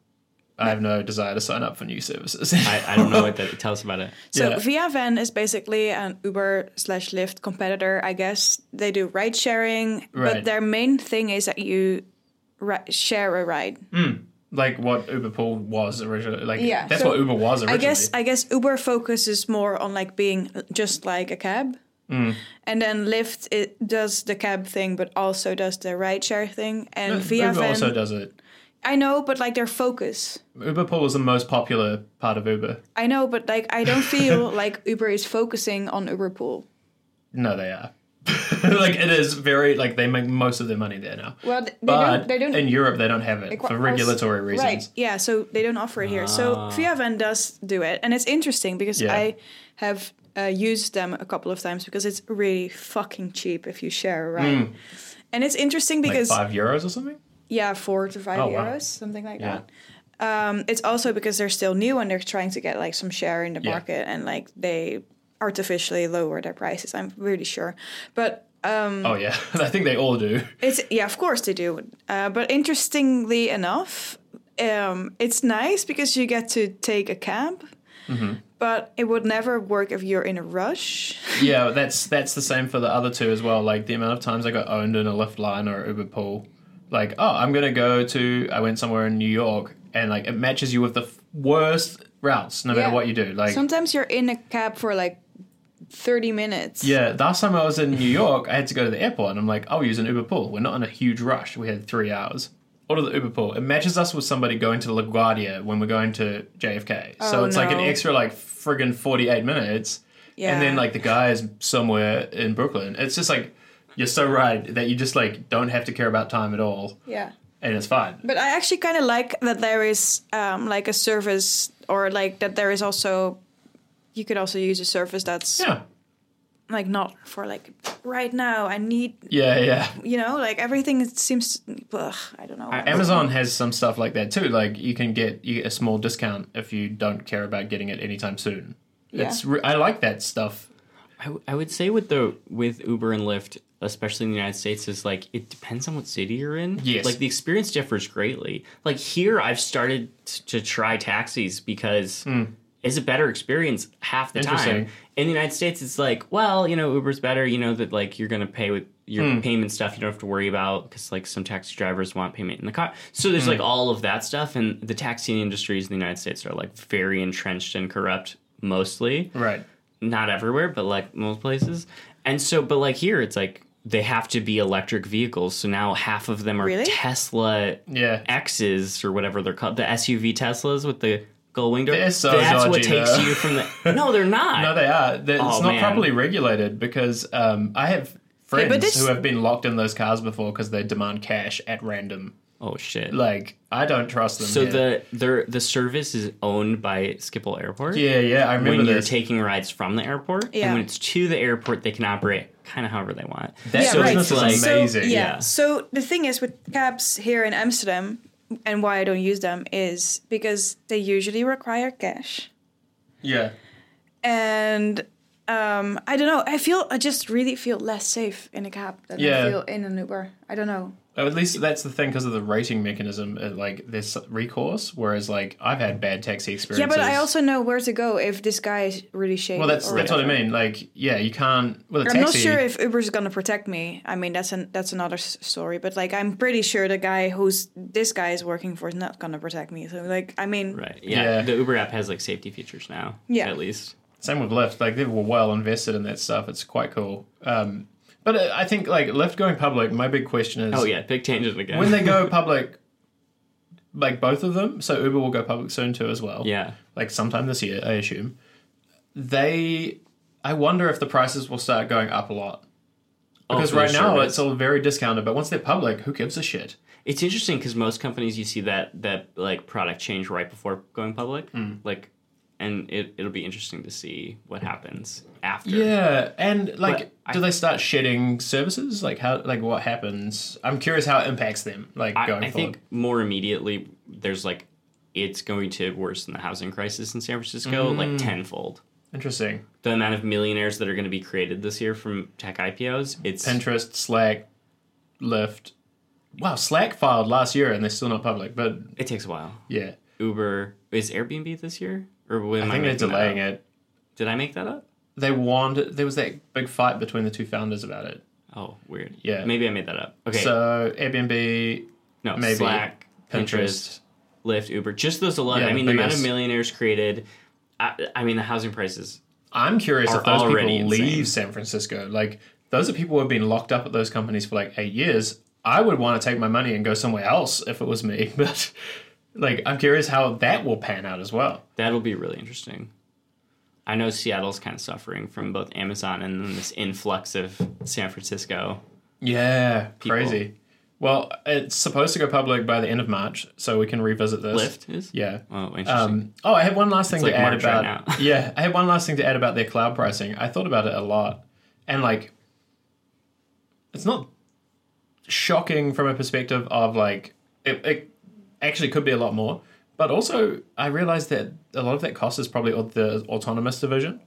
I have no desire to sign up for new services.
I, I don't know what that tell us about it.
So
Yeah.
ViaVan is basically an Uber slash Lyft competitor, I guess. They do ride sharing,
Right.
but their main thing is that you ri- share a ride.
like what Uber Pool was originally. Like
Yeah,
that's
so
what Uber was
I
originally.
guess I guess Uber focuses more on like being just like a cab,
Mm.
and then Lyft it does the cab thing, but also does the ride share thing. And
Uber also
ViaVan,
does it.
I know, but like their focus.
Uber Pool is the most popular part of Uber.
I know, but like I don't feel like Uber is focusing on Uber Pool.
No, they are. like it is very like they make most of their money there now.
Well, they
but
don't. They don't.
in Europe they don't have it
qu-
for
us-
regulatory reasons. Ah.
Right. Yeah. So they don't offer it here. So Viavan does do it, and it's interesting because
Yeah.
I have uh, used them a couple of times because it's really fucking cheap if you share a ride. And it's interesting
Hmm. Like
because
five euros or something.
yeah, four to five
Oh, wow.
euros, something like
Yeah.
that. Um, it's also because they're still new and they're trying to get like some share in the market, and like they artificially lower their prices. I'm really sure, but Mm.
Oh yeah, I think they all do.
it's yeah, of course they do. Uh, but interestingly enough, um, it's nice because you get to take a cab.
Mm-hmm.
But it would never work if you're in a rush.
yeah, but that's that's the same for the other two as well. Like the amount of times I got owned in a Lyft line or Uber Pool. Like oh, I'm gonna go to I went somewhere in New York and like it matches you with the f- worst routes no matter
Yeah.
what you do. Like
Sometimes you're in a cab for like 30 minutes.
Yeah, last time I was in New York, I had to go to the airport, and I'm like, I'll use an Uber pool. We're not in a huge rush. We had three hours. Order the Uber pool. It matches us with somebody going to LaGuardia when we're going to JFK. so
Oh,
it's like an
no.
extra like friggin' 48 minutes.
Yeah.
And then like the guy is somewhere in Brooklyn. It's just like you're so right that you just like don't have to care about time at all,
Yeah.
and it's fine.
But I actually kind of like that there is um, like a service or like that there is also, you could also use a service that's
Yeah,
like not for like right now, I need,
yeah, yeah.
you know, like everything seems, ugh, I don't know.
Amazon has some stuff like that too. Like you can get you get a small discount if you don't care about getting it anytime soon. It's re- I like that stuff.
I, w- I would say with the with Uber and Lyft, especially in the United States, is like it depends on what city you're in.
Yes.
like the experience differs greatly. Like here, I've started t- to try taxis because it's a better experience half the time.
Hmm. Interesting.
In the United States, it's like, well, you know, Uber's better. You know that like you're gonna pay with your
Hmm.
payment stuff. You don't have to worry about because like some taxi drivers want payment in the car. So there's
Hmm.
like all of that stuff, and the taxi industries in the United States are like very entrenched and corrupt mostly
Right.
not everywhere, but like most places. And so, but like here, it's like they have to be electric vehicles. So now half of them are
Really?
Tesla
Yeah.
X's or whatever they're called, the SUV Teslas with the gold wing door.
They're so
That's what
dodgy,
takes
though.
you from the. No, they're not.
No, they are. They- it's
Oh,
not
man.
properly regulated because um, I have friends
but this-
who have been locked in those cars before because they demand cash at random.
oh shit.
Like I don't trust them.
so
yeah.
the their the service is owned by Schiphol Airport.
yeah, yeah, I remember
When you're
this.
taking rides from the airport,
Yeah.
and when it's to the airport, they can operate kind of however they want.
that
Yeah, right.
business
like-
is
So,
amazing.
So, yeah.
yeah.
So the thing is with cabs here in Amsterdam and why I don't use them is because they usually require cash.
yeah.
And um, I don't know. I feel I just really feel less safe in a cab than I
Yeah.
feel in an Uber. I don't know.
Oh, At least that's the thing because of the rating mechanism. uh, Like there's recourse, whereas like I've had bad taxi
Yeah,
experiences.
but I also know where to go if this guy is really shady.
well, that's
or
that's what I
whatever.
mean. Like yeah, you can't. Well, a
I'm
taxi.
not sure if Uber's gonna protect me. I mean, that's an that's another s- story. But like, I'm pretty sure the guy who's this guy is working for is not gonna protect me. So like, I mean,
Right. Yeah.
Yeah.
The Uber app has like safety features now.
Yeah.
At least.
Same with Lyft. Like they were well invested in that stuff. It's quite cool. Um, but uh, I think like Lyft going public. My big question is
Oh yeah. Big tangent again.
when they go public. Like both of them, so Uber will go public soon too as well.
yeah.
like sometime this year, I assume. They, I wonder if the prices will start going up a lot
Oh,
because
for the
right now
service.
it's all very discounted. But once they're public, who gives a shit?
It's interesting because most companies you see that that like product change right before going public,
Mm.
like, and it it'll be interesting to see what happens after.
Yeah, and like,
But
do
I-
they start shedding services? Like how? Like what happens? I'm curious how it impacts them. Like
I,
going
I
forward.
think more immediately there's like it's going to worsen the housing crisis in San Francisco
Mm.
like tenfold.
Interesting.
The amount of millionaires that are going to be created this year from tech IPOs, it's
Pinterest, Slack, Lyft. Wow, Slack filed last year and they're still not public. But
it takes a while.
yeah,
Uber is Airbnb this year, or when
I think they're delaying it.
Did I make that up?
They warned. There was that big fight between the two founders about it.
Oh, weird.
Yeah.
maybe I made that up. Okay,
So Airbnb,
no,
maybe
Slack, Pinterest.
Pinterest.
Lyft, Uber, just those alone.
Yeah,
I mean, the amount of
biggest.
millionaires created. I, I mean, the housing prices.
I'm curious
Are
if those people
already insane.
leave San Francisco. Like those are people who have been locked up at those companies for like eight years. I would want to take my money and go somewhere else if it was me. But like, I'm curious how that will pan out as well.
That'll be really interesting. I know Seattle's kind of suffering from both Amazon and then this influx of San Francisco.
Yeah, crazy. Well, it's supposed to go public by the end of March, so we can revisit this.
Lyft is?
Yeah.
Oh, interesting.
Um, oh, I had one last thing
like
to add
March right
about.
now.
yeah, I had one last thing to add about their cloud pricing. I thought about it a lot, and like, it's not shocking from a perspective of like it, it actually could be a lot more. But also, I realized that a lot of that cost is probably au- the autonomous division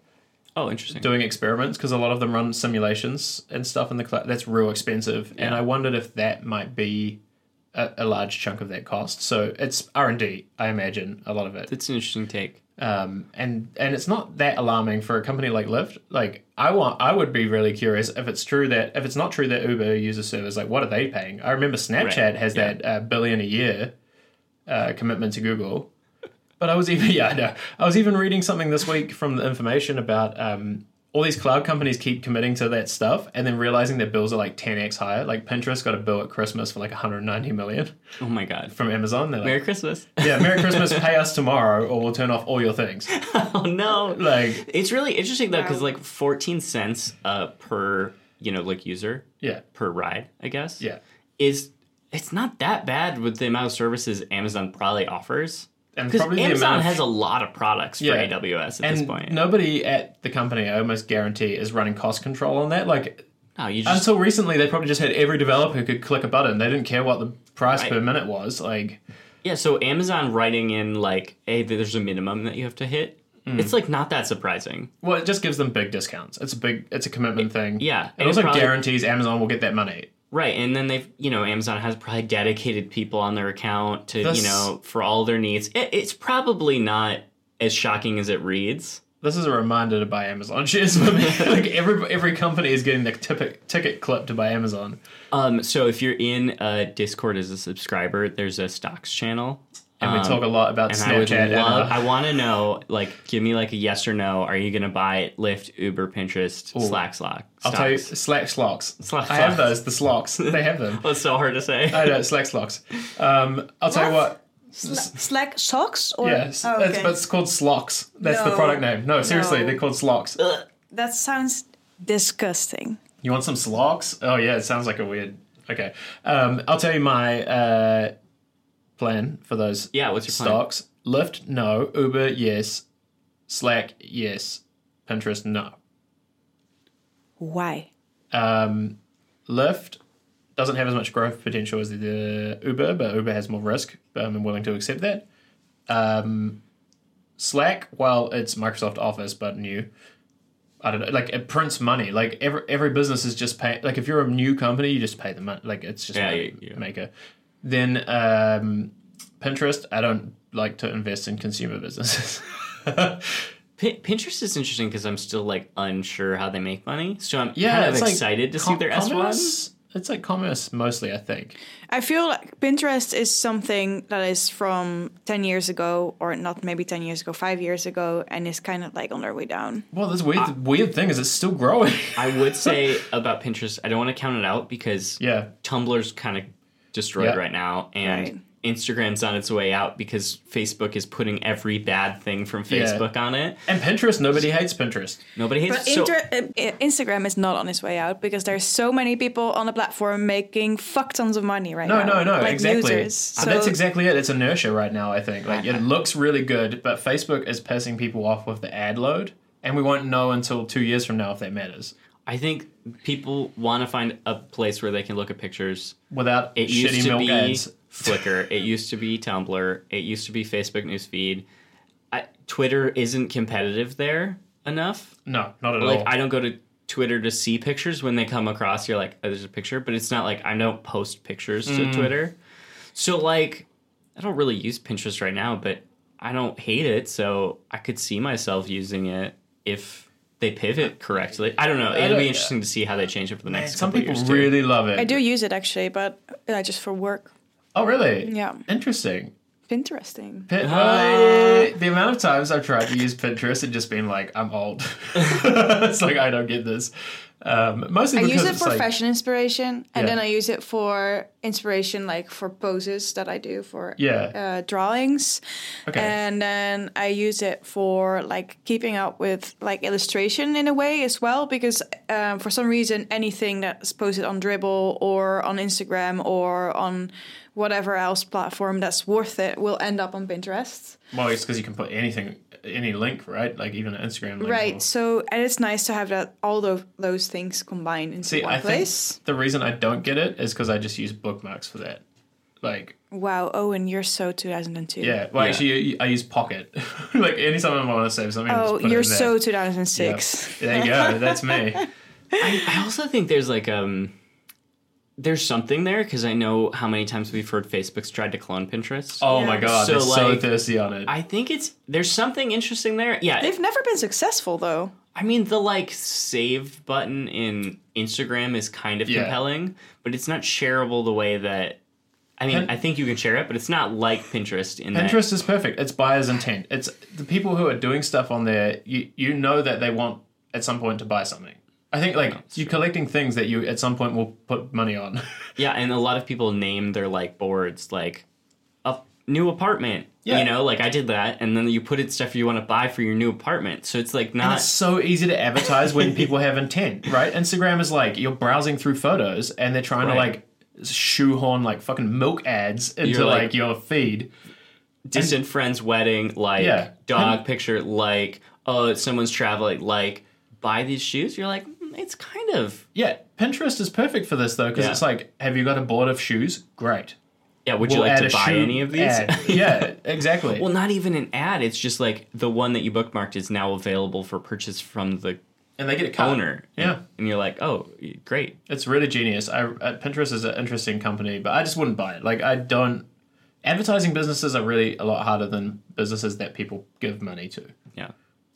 oh, interesting.
doing experiments because a lot of them run simulations and stuff in the cloud. That's real expensive, and
Yeah.
I wondered if that might be a, a large chunk of that cost. So it's R and D, I imagine, a lot of it.
That's an interesting take.
Um, and and it's not that alarming for a company like Lyft. Like I want, I would be really curious if it's true that if it's not true that Uber uses servers, like what are they paying? I remember Snapchat
Right,
has
yeah.
that uh, billion a year uh, commitment to Google. But I was even yeah I know I was even reading something this week from the information about um, all these cloud companies keep committing to that stuff and then realizing their bills are like 10x higher. Like Pinterest got a bill at Christmas for like 190 million
Oh my God.
from Amazon. They're like,
Merry Christmas.
yeah, Merry Christmas, pay us tomorrow or we'll turn off all your things.
oh no.
Like
It's really interesting though, because
Wow.
like 14 cents uh, per, you know, like user
yeah.
per ride, I guess.
Yeah.
Is it's not that bad with the amount of services Amazon probably offers.
And
Because
probably the amount
Amazon
of-
has a lot of products for
Yeah.
AWS at
And
this point.
nobody at the company, I almost guarantee, is running cost control on that. Like
No, Oh, you just
until recently, they probably just had every developer who could click a button. They didn't care what the price
Right.
per minute was. Like
yeah. So Amazon writing in like, hey, there's a minimum that you have to hit.
Hmm.
It's like not that surprising.
Well, it just gives them big discounts. It's a big, it's a commitment thing.
yeah,
it
and
also
it probably-
guarantees Amazon will get that money.
Right, and then they've you know Amazon has probably dedicated people on their account to
This-
you know for all their needs. It, it's probably not as shocking as it reads.
This is a reminder to buy Amazon shares for me. like every every company is getting the tippet, ticket clip to buy Amazon.
Um, so if you're in uh, Discord as a subscriber, there's a stocks channel,
And we
Um,
talk a lot about
and I would
Snapchat.
love.
and, uh,
I want to know, like, give me like a yes or no. Are you gonna buy Lyft, Uber, Pinterest, Slack, Slack?
I'll tell you,
stocks?
Slack Slocks.
Slack
I have
Slocks.
those. The Slocks. They have them.
That's so hard to say.
I know Slack Slocks. Um, I'll tell you
What?
what.
Sla- Slack socks or
Yes,
Oh,
it's,
okay.
but it's called Slocks. That's the
No.
product name. No, seriously,
No.
they're called Slocks.
that sounds disgusting.
You want some slogs? Oh yeah, it sounds like a weird. Okay, um, I'll tell you my uh, plan for those
yeah, what's your plan?
stocks. Lyft, no. Uber, yes. Slack, yes. Pinterest, no.
Why?
Um, Lyft doesn't have as much growth potential as the Uber, but Uber has more risk. But I'm willing to accept that. Um, Slack, well, it's Microsoft Office, but new. I don't know, like it prints money. Like every every business is just pay. Like if you're a new company, you just pay the money. Like it's just
Yeah,
money
yeah, yeah.
maker. Then um, Pinterest. I don't like to invest in consumer businesses.
P- Pinterest is interesting because I'm still like unsure how they make money, so I'm
yeah,
kind of
it's like
excited to see
com-
their S ones.
commerce? It's like commerce mostly, I think.
I feel like Pinterest is something that is from 10 years ago, or not maybe 10 years ago, five years ago, and is kind of like on their way down.
Well, this weird weird thing is it's still growing.
I would say about Pinterest, I don't want to count it out because
yeah,
Tumblr's kind of destroyed
Yeah.
right now, and
Right.
Instagram's on its way out because Facebook is putting every bad thing from Facebook on it.
and Pinterest. Nobody hates Pinterest.
Nobody hates
But
so-
inter- uh, uh, Instagram is not on its way out because there's so many people on the platform making fuck tons of money right
No,
now.
no, no,
like
exactly.
Users.
And
So
that's exactly it. It's inertia right now, I think. Like, it looks really good, but Facebook is pissing people off with the ad load, and we won't know until two years from now if that matters.
I think people want to find a place where they can look at pictures.
Without
It
shitty
used to
milk
be
ads.
Flickr. It used to be Tumblr. It used to be Facebook newsfeed. I, Twitter isn't competitive there enough.
No, not at
Like
all.
I don't go to Twitter to see pictures when they come across. You're like, oh, there's a picture, but it's not like I don't post pictures
Mm.
to Twitter. So like, I don't really use Pinterest right now, but I don't hate it. So I could see myself using it if they pivot correctly. I don't know. It'll
don't-
be interesting to see how they change it for the next.
Some
couple
people
years, too.
really love it.
I do use it actually, but uh, just for work.
Oh, really?
Yeah.
Interesting.
Interesting.
Pin-
Ah.
I- the amount of times I've tried to use Pinterest and just been like, I'm old. it's like, I don't get this. Um, mostly
I
because
use it
it's
for
like,
fashion inspiration, and
Yeah.
then I use it for inspiration, like for poses that I do for
Yeah.
uh, drawings,
Okay.
and then I use it for like keeping up with like illustration in a way as well, because um, for some reason anything that's posted on Dribbble or on Instagram or on whatever else platform that's worth it will end up on Pinterest.
Well, it's because you can put anything, any link, right? Like even an Instagram link.
Right.
or-
So and it's nice to have that all those those things combined into
See,
one
I
place.
think the reason I don't get it is because I just use bookmarks for that. Like,
Wow, Owen, you're so 2002.
yeah. Well,
Yeah.
actually, I use Pocket. like, anytime I want to save something,
Oh,
I just put
you're
it in there.
so
Yeah.
2006.
There you go. That's me.
I also think there's like um there's something there because I know how many times we've heard Facebook's tried to clone Pinterest.
Oh
Yeah.
my god,
So,
they're so
like,
thirsty on it.
I think it's there's something interesting there. Yeah,
They've never been successful though.
I mean the like save button in Instagram is kind of
Yeah.
compelling, but it's not shareable the way that I mean,
Pin-
I think you can share it, but it's not like Pinterest in that
Pinterest is perfect. It's buyer's intent. It's the people who are doing stuff on there. You you know that they want at some point to buy something. I think like you're collecting things that you at some point will put money on.
Yeah, and a lot of people name their like boards like a new apartment.
Yeah.
You know, like I did that, and then you put in stuff you want to buy for your new apartment. So it's like not
It's so easy to advertise when people have intent, right? Instagram is like you're browsing through photos and they're trying
Right.
to like shoehorn like fucking milk ads into
You're like-
like, your feed.
distant friend's wedding, like
Yeah.
dog picture, like oh someone's traveling, like buy these shoes. You're like "Mm, it's kind of
Yeah, Pinterest is perfect for this though because
Yeah.
it's like, have you got a board of shoes? Great.
yeah. Would you
We'll
like
add
to
a
buy
shoe
any of these?
ad. yeah, exactly.
well, not even an ad. It's just like the one that you bookmarked is now available for purchase from the
and they get a cut.
owner.
Yeah.
and you're like oh great.
It's really genius. I uh, Pinterest is an interesting company, but I just wouldn't buy it. Like I don't. Advertising businesses are really a lot harder than businesses that people give money to.
Yeah,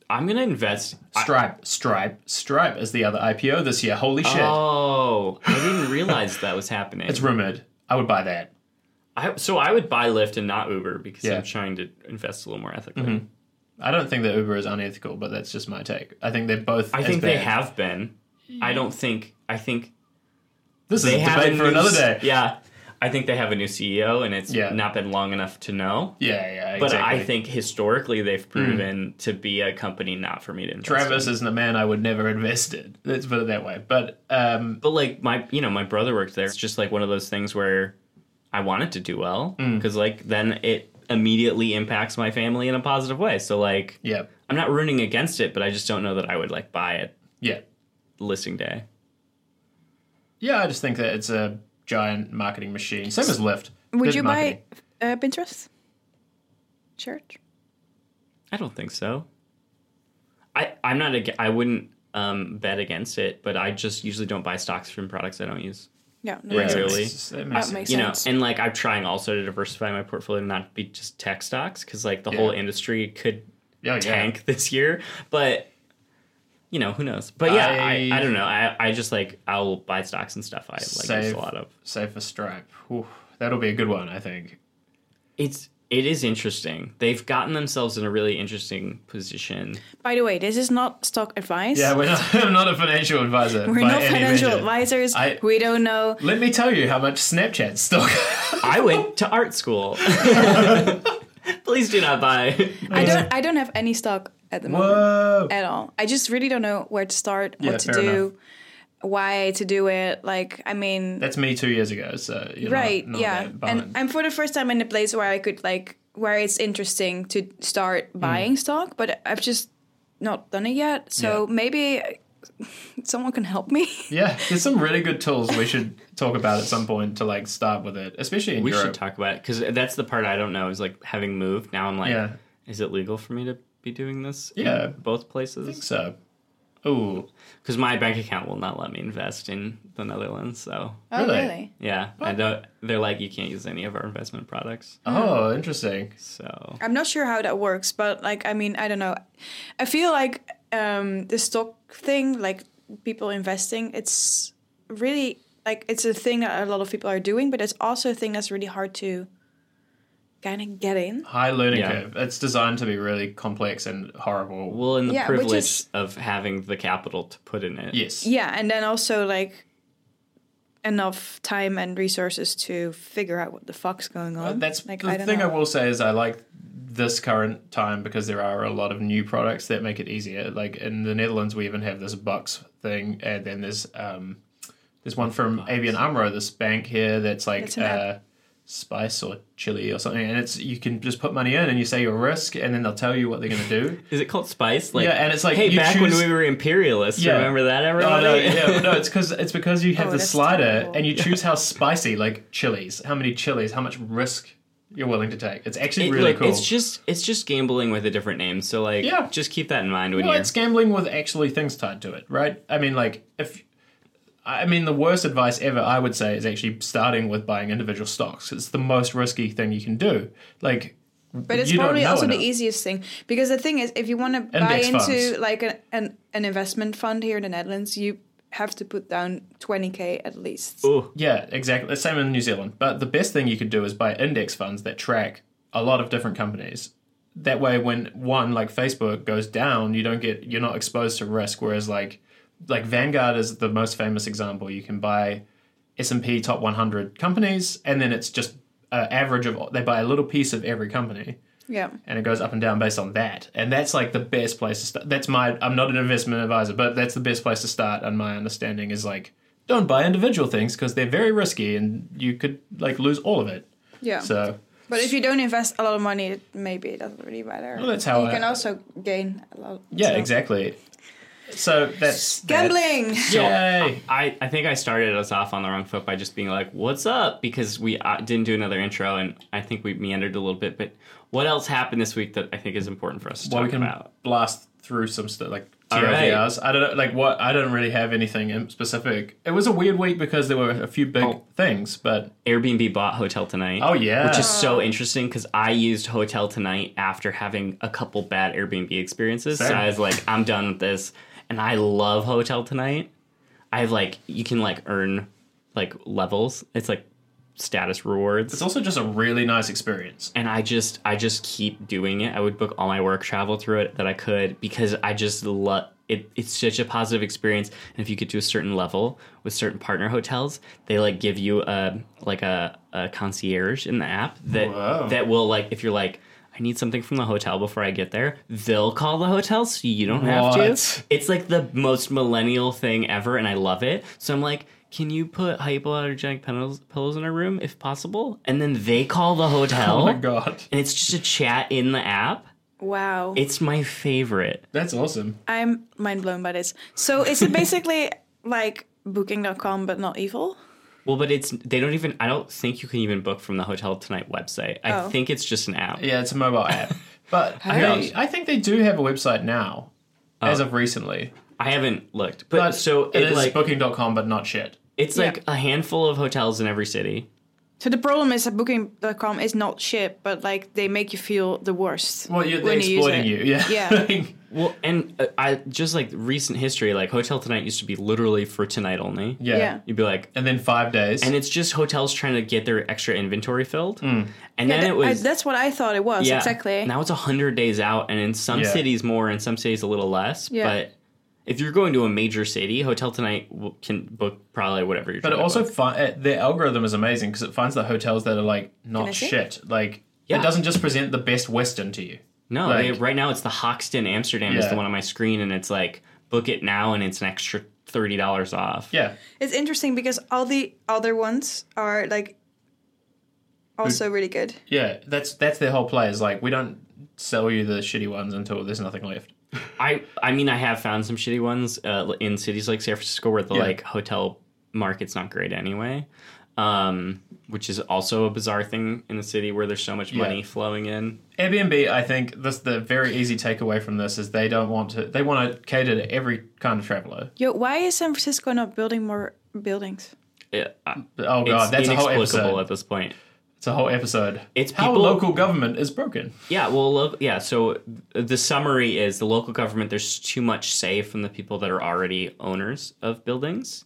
I'm gonna invest. I-
Stripe, Stripe, Stripe is the other IPO this year. Holy shit!
Oh, I didn't realize that was happening.
It's rumored. I would buy that.
I, so I would buy Lyft and not Uber because
Yeah. Mm-hmm.
I'm trying to invest a little more ethically.
I don't think that Uber is unethical, but that's just my take. I think they're both.
I
as
think they
bad.
have been. I don't think. I think
This is
they
a
have
debate
a
for
new
another
s-
day.
Yeah, I think they have a new CEO, and it's
Yeah.
not been long enough to know.
Yeah, yeah.
But
exactly. Hmm.
I think historically they've proven to be a company not for me to invest.
Travis
in.
isn't a man I would never invest in. Let's put it that way. But um,
but like my, you know, my brother worked there. It's just like one of those things where I want it to do well
Hmm.
because like then it immediately impacts my family in a positive way. So like,
yeah,
I'm not rooting against it, but I just don't know that I would like buy it
yeah,
listing day.
yeah. I just think that it's a giant marketing machine, same as Lyft.
Would
Good
you
marketing.
buy uh, Pinterest? Shirt?
I don't think so. I I'm not. ag- I wouldn't. um, bet against it, but I just usually don't buy stocks from products I don't use.
Yeah, no,
Yeah,
that's-
Regularly.
it's- That
That
makes sense.
makes
you know,
sense.
and like I'm trying also to diversify my portfolio, and not be just tech stocks, because like the
Yeah.
whole industry could
Yeah, yeah.
tank this year. But you know, who knows? But yeah, I, I,
I-
don't know. I, I just like I'll buy stocks and stuff I like use
Save.
a lot of.
Save for Stripe. Whew, that'll be a good one, I think.
It's it is interesting. They've gotten themselves in a really interesting position.
By the way, this is not stock advice.
Yeah, we're not, I'm not a financial advisor.
We're
by
not
any
financial
measure.
advisors.
I-
we don't know.
Let me tell you how much Snapchat stock.
I went to art school. Please do not buy.
I don't. I don't have any stock at the moment
Whoa.
at all. I just really don't know where to start,
Yeah,
what to
fair
do, why to do it. Like, I mean,
That's me two years ago. So you're
right?
Not, not
yeah.
that
And
behind.
I'm for the first time in a place where I could like where it's interesting to start
Mm.
buying stock, but I've just not done it yet. So
Yeah.
maybe someone can help me.
yeah, there's some really good tools we should talk about at some point to like start with it, especially in
We
Europe.
should talk about it because that's the part I don't know. Is like having moved now. I'm like,
Yeah.
is it legal for me to be doing this? in
Yeah.
both
I think
places
so. Ooh,
because my bank account will not let me invest in the Netherlands. So
Oh,
Really?
really?
yeah, I don't. They're like, you can't use any of our investment products.
oh, interesting.
So
I'm not sure how that works, but like, I mean, I don't know. I feel like um, the stock thing, like people investing, it's really like it's a thing that a lot of people are doing, but it's also a thing that's really hard to kind of get in.
High learning
Yeah.
curve. It's designed to be really complex and horrible.
well, in the
Yeah, which
privilege
is-
of having the capital to put in it.
yes.
Yeah, and then also like enough time and resources to figure out what the fuck's going on.
That's
like,
the
I don't
thing
know.
I will say is I like this current time because there are a lot of new products that make it easier. Like in the Netherlands, we even have this Bucks thing, and then there's um, there's one from ABN Amro, this bank here that's like
That's an app.
uh, Spice or Chili or something, and it's you can just put money in and you say your risk, and then they'll tell you what they're gonna do.
Is it called Spice? Like,
Yeah, and it's like
hey,
you
back
choose-
when we were imperialists,
Yeah.
remember that
Oh,
everybody?
no, yeah, no, it's because it's because you have
Oh,
the
that's
slider
terrible.
and you choose how spicy, like chilies, how many chilies, how much risk you're willing to take. It's actually
It-
really
like,
cool.
It's just it's just gambling with a different name. So like,
Yeah.
just keep that in mind when
Well,
you're
it's gambling with actually things tied to it, right? I mean, like if I mean the worst advice ever, I would say, is actually starting with buying individual stocks. It's the most risky thing you can do. Like,
But it's
you don't
probably
know
also
enough.
the easiest thing because the thing is, if you want to buy
Index
into
funds.
like an, an an investment fund here in the Netherlands, you have to put down twenty k at least.
Ooh.
Yeah, exactly. The same in New Zealand. But the best thing you could do is buy index funds that track a lot of different companies. That way, when one like Facebook goes down, you don't get you're not exposed to risk. Whereas like like Vanguard is the most famous example. You can buy S and P top 100 companies, and then it's just an average of they buy a little piece of every company
Yeah,
and it goes up and down based on that. And that's like the best place to start. That's my I'm not an investment advisor, but that's the best place to start. And my understanding is like don't buy individual things because they're very risky and you could like lose all of it.
yeah.
So
but if you don't invest a lot of money, it- maybe it doesn't really matter.
Well, that's how
you
I-
can also gain a lot.
yeah,
so.
exactly. So that's
Gambling.
So
Yay.
I, I think I started us off on the wrong foot by just being like, "What's up?" Because we uh, didn't do another intro, and I think we meandered a little bit. But what else happened this week that I think is important for us to
Well,
talk
we can
about?
blast through some stuff like
All right.
TLDRs. I don't know, like what I don't really have anything in specific. It was a weird week because there were a few big
Oh.
things, but
Airbnb bought Hotel Tonight.
oh yeah,
Which is so interesting because I used Hotel Tonight after having a couple bad Airbnb experiences. So
Same.
I was like, I'm done with this. And I love Hotel Tonight. I have like, you can like earn like levels, it's like status rewards.
it's also just a really nice experience.
and I just I just keep doing it. I would book all my work travel through it that I could because I just love it. It's such a positive experience, and if you get to a certain level with certain partner hotels, they like give you a like a, a concierge in the app that
Wow.
that will like if you're like. I need something from the hotel before I get there. They'll call the hotel so you don't have
What?
to. It's like the most millennial thing ever, and I love it. So I'm like, can you put hypoallergenic pillows, pillows in our room if possible? And then they call the hotel
Oh my god,
and it's just a chat in the app.
Wow.
It's my favorite.
that's awesome.
I'm mind blown by this. So is it basically like booking.com but not evil?
Well, but it's they don't even. I don't think you can even book from the Hotel Tonight website. I
Oh.
think it's just an app.
Yeah, it's a mobile app. But
Hey.
they- I think they do have a website now, as of recently.
I haven't looked, but,
Oh. But
so
it
it
is
like
booking.com, but not shit.
it's
Yeah.
like a handful of hotels in every city.
So the problem is that Booking.com is not shit, but like they make you feel the worst.
Well, you're
when use
exploiting
it.
you. Yeah.
Yeah.
Well, and uh, I just like recent history, like Hotel Tonight used to be literally for tonight only.
yeah.
Yeah.
You'd be like,
And then five days.
and it's just hotels trying to get their extra inventory filled.
Mm.
And then
Th-
it
I-
was
that's what I thought it was
yeah,
exactly.
Now it's hundred days out, and in some
Yeah.
cities more, in some cities a little less.
Yeah.
But if you're going to a major city, Hotel Tonight w- can book probably whatever you're.
but
trying
it
to
also
book.
fi- the algorithm is amazing because it finds the hotels that are like
I
not
see?
shit. Like
Yeah.
it doesn't just present the best Western to you.
no,
like-
they- right now it's the Hoxton Amsterdam is
Yeah.
the one on my screen, and it's like book it now, and it's an extra thirty dollars off.
Yeah.
It's interesting because all the other ones are like also really good.
Yeah. That's that's their whole play is like we don't sell you the shitty ones until there's nothing left.
I I mean I have found some shitty ones uh, in cities like San Francisco where the
Yeah.
like hotel market's not great anyway, um, which is also a bizarre thing in a city where there's so much
Yeah.
money flowing in.
Airbnb, I think this the very easy takeaway from this is they don't want to they want to cater to every kind of traveler.
Yo, why is San Francisco not building more buildings?
It- I-
Oh god,
it's
that's a whole
inexplicable
episode.
at this point.
It's a whole episode.
It's
how
people-
local government is broken.
Yeah, well, lo- yeah. So uh, the summary is the local government. There's too much say from the people that are already owners of buildings,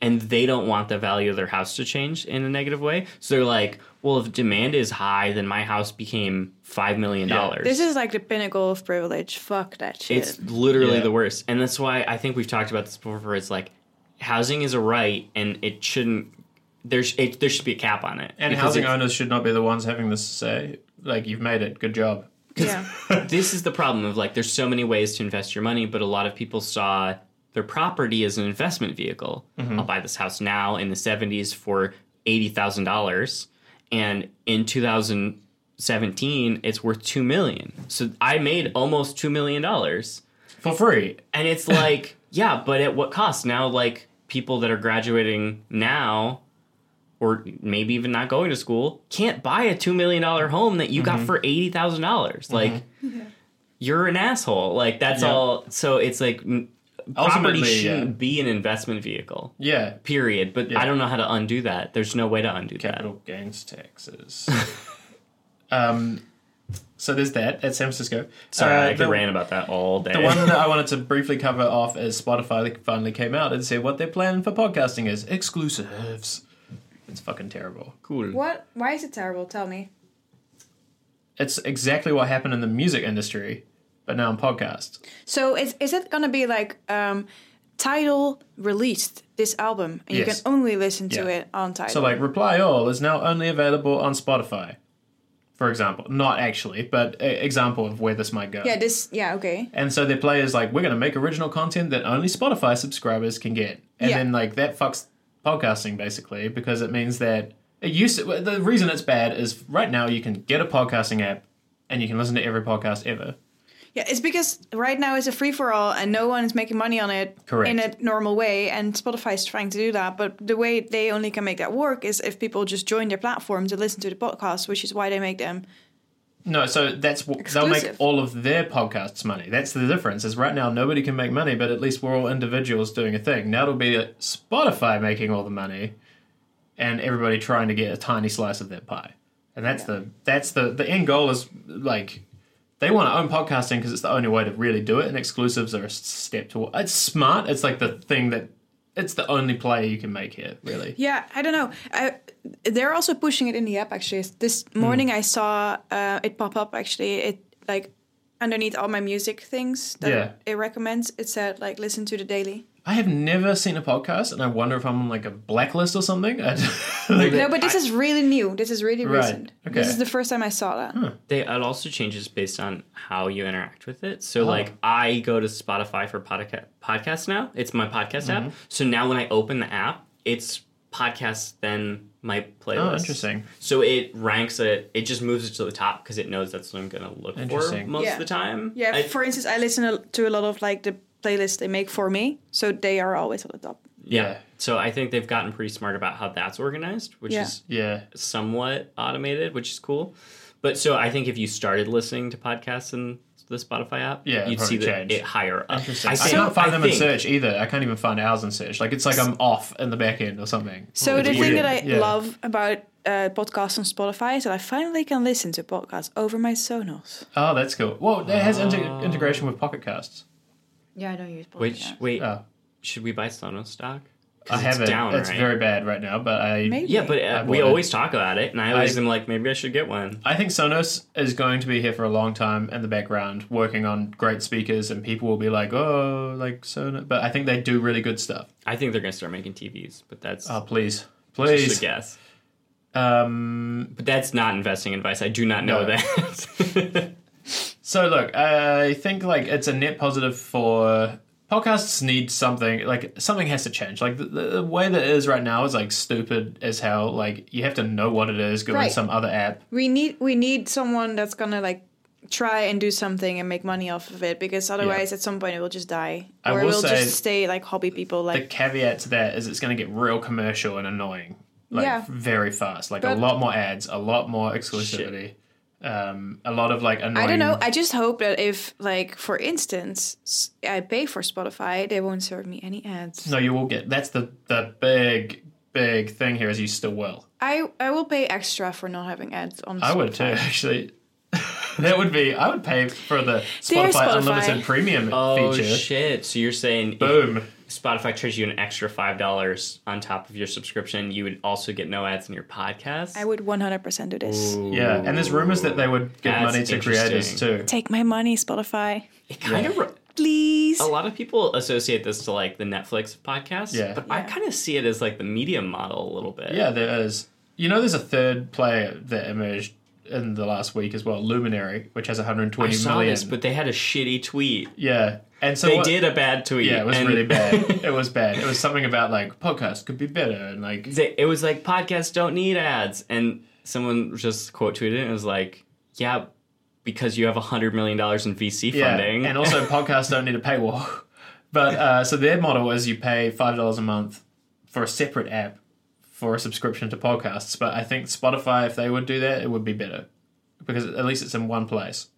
and they don't want the value of their house to change in a negative way. So they're like, "Well, if demand is high, then my house became five million dollars."
This is like the pinnacle of privilege. Fuck that shit.
It's literally
Yeah.
the worst. And that's why I think we've talked about this before. It's like housing is a right and it shouldn't there's it, there should be a cap on it.
And
Because
housing
it's-
owners should not be the ones having this say. Like you've made it, good job.
yeah.
this is the problem of like there's so many ways to invest your money, but a lot of people saw their property as an investment vehicle. I'll buy this house now in the 70s for $80,000 and in 2017 it's worth 2 million. So I made almost 2 million dollars.
For free.
And it's like, yeah, but at what cost? Now, like, people that are graduating now, or maybe even not going to school, can't buy a $2 million home that you
Mm-hmm.
got for $80,000. dollars Like, you're an asshole. Like, that's
Yeah.
all. So it's like, n- property
Ultimately, yeah.
shouldn't be an investment vehicle,
Yeah.
period. But
Yeah.
I don't know how to undo that. There's no way to undo that.
Capital gains taxes. um so there's that at San Francisco.
Sorry,
Uh,
I could
the-
rant about that all day.
The one that I wanted to briefly cover off is Spotify finally came out and said what their plan for podcasting is exclusives. It's fucking terrible.
cool.
What? Why is it terrible? Tell me.
It's exactly what happened in the music industry, but now in podcasts.
So is is it gonna be like um title released this album and you
Yes.
can only listen to
Yeah.
it on title?
So, like, Reply All is now only available on Spotify, for example. Not actually, but a example of where this might go.
Yeah, this. Yeah, okay.
And so their players like, we're going to make original content that only Spotify subscribers can get. And
Yeah.
then like that fucks podcasting basically because it means that it used to, the reason it's bad is right now you can get a podcasting app and you can listen to every podcast ever.
yeah, it's because right now it's a free for all and no one is making money on it
Correct.
in a normal way and Spotify is trying to do that, but the way they only can make that work is if people just join their platform to listen to the podcast, which is why they make them.
No, so that's what they'll make
Exclusive.
all of their podcasts money. That's the difference. Is right now nobody can make money, but at least we're all individuals doing a thing. Now it'll be uh, Spotify making all the money, and everybody trying to get a tiny slice of that pie. And that's the that's the the end goal is like they want to own podcasting because it's the only way to really do it. And exclusives are a s- step toward. It's smart. It's like the thing that it's the only play you can make here. Really,
Yeah, I don't know. I, they're also pushing it in the app. Actually, this
Mm.
morning I saw uh, it pop up. Actually, it like underneath all my music things that
Yeah.
it recommends. It said like listen to the daily.
I have never seen a podcast, and I wonder if I'm on like a blacklist or something. I,
No, but this is really new. This is really
Right,
recent.
okay.
This is the first time I saw that.
They it also changes based on how you interact with it.
Oh.
So like I go to Spotify for podca- podcasts now. It's my podcast
Mm-hmm.
app. So now when I open the app, it's podcasts then my playlist.
Oh, interesting.
So it ranks it. It just moves it to the top because it knows that's what I'm gonna look for
Interesting.
most
Yeah.
of the time.
Yeah.
I-
for instance, I listen a- to a lot of like the playlists they make for me, so they are always on the top.
yeah.
Yeah.
So I think they've gotten pretty smart about how that's organized, which
Yeah.
is
Yeah.
somewhat automated, which is cool. But so I think if you started listening to podcasts in the Spotify app,
Yeah, it
you'd see
probably
that
changed.
it higher up.
Interesting. I,
say-
So
can't find
I
them in
think-
search either. I can't even find ours in search. Like it's like I'm off in the back end or something.
So
It's
the
weird.
thing that I
Yeah.
love,
About uh, podcasts on Spotify is that I finally can listen to podcasts over my Sonos.
Oh, that's cool. Well, it has
Uh,
inte- integration with Pocket Casts.
yeah, I don't use Spotify.
Which wait,
Oh,
should we buy Sonos stock? 'Cause
I have
it's
it.
down,
it's
right?
very bad right now, but I
Maybe.
yeah, but
I
uh, we
bought it.
always talk about it, and I always
I-
am like, maybe I should get one.
I think Sonos is going to be here for a long time in the background, working on great speakers, and people will be like, "Oh, like Sonos." But I think they do really good stuff.
I think they're gonna start making TVs, but that's
Oh, please,
just a
please.
guess.
Um,
But that's not investing advice. I do not know
No.
that.
so look, I think like it's a net positive for podcasts. Need something like something has to change. Like the, the way that it is right now is like stupid as hell. Like you have to know what it is. Go in
Right.
some other app.
We need we need someone that's gonna like try and do something and make money off of it because otherwise at some point it will just die
I
or
will
we'll
say-
just stay like hobby people
the
like
caveat to that is it's going to get real commercial and annoying like
Yeah.
very fast like
But-
a lot more ads a lot more exclusivity um a lot of like annoying
I don't know I just hope that if like for instance s- I pay for Spotify they won't serve me any ads
no you will get that's the the big big thing here is you still will
I I will pay extra for not having ads on
i would too
Spotify.
actually that would be i would pay for the
Dear
spotify,
Spotify.
unlimited premium
oh
feature
shit! So you're saying if
boom
Spotify charges you an extra five dollars on top of your subscription, you would also get no ads in your podcast?
I would 100% do this
yeah and there's rumors that they would give
That's
money to creators
interesting.
too
take my money Spotify
It kind of. re-
please
a
Oh.
lot of people associate this to like the Netflix podcast,
Yeah.
but I kind of see it as like the medium model a little bit.
Yeah, there is. You know, there's a third player that emerged in the last week as well, Luminary, which has 120
I
million.
saw this, but they had a shitty tweet.
yeah, and so
They
what-
did a bad tweet.
Yeah, it was
and
really bad. it was bad. It was something about like podcasts could be better and like
they- it was like podcasts don't need ads, and someone just quote tweeted it and was like, "Yeah, because you have a hundred million dollars in VC
yeah,
funding,
and also podcasts don't need a paywall. But uh, so their model is you pay five dollars a month for a separate app for a subscription to podcasts. But I think Spotify, if they would do that, it would be better because at least it's in one place.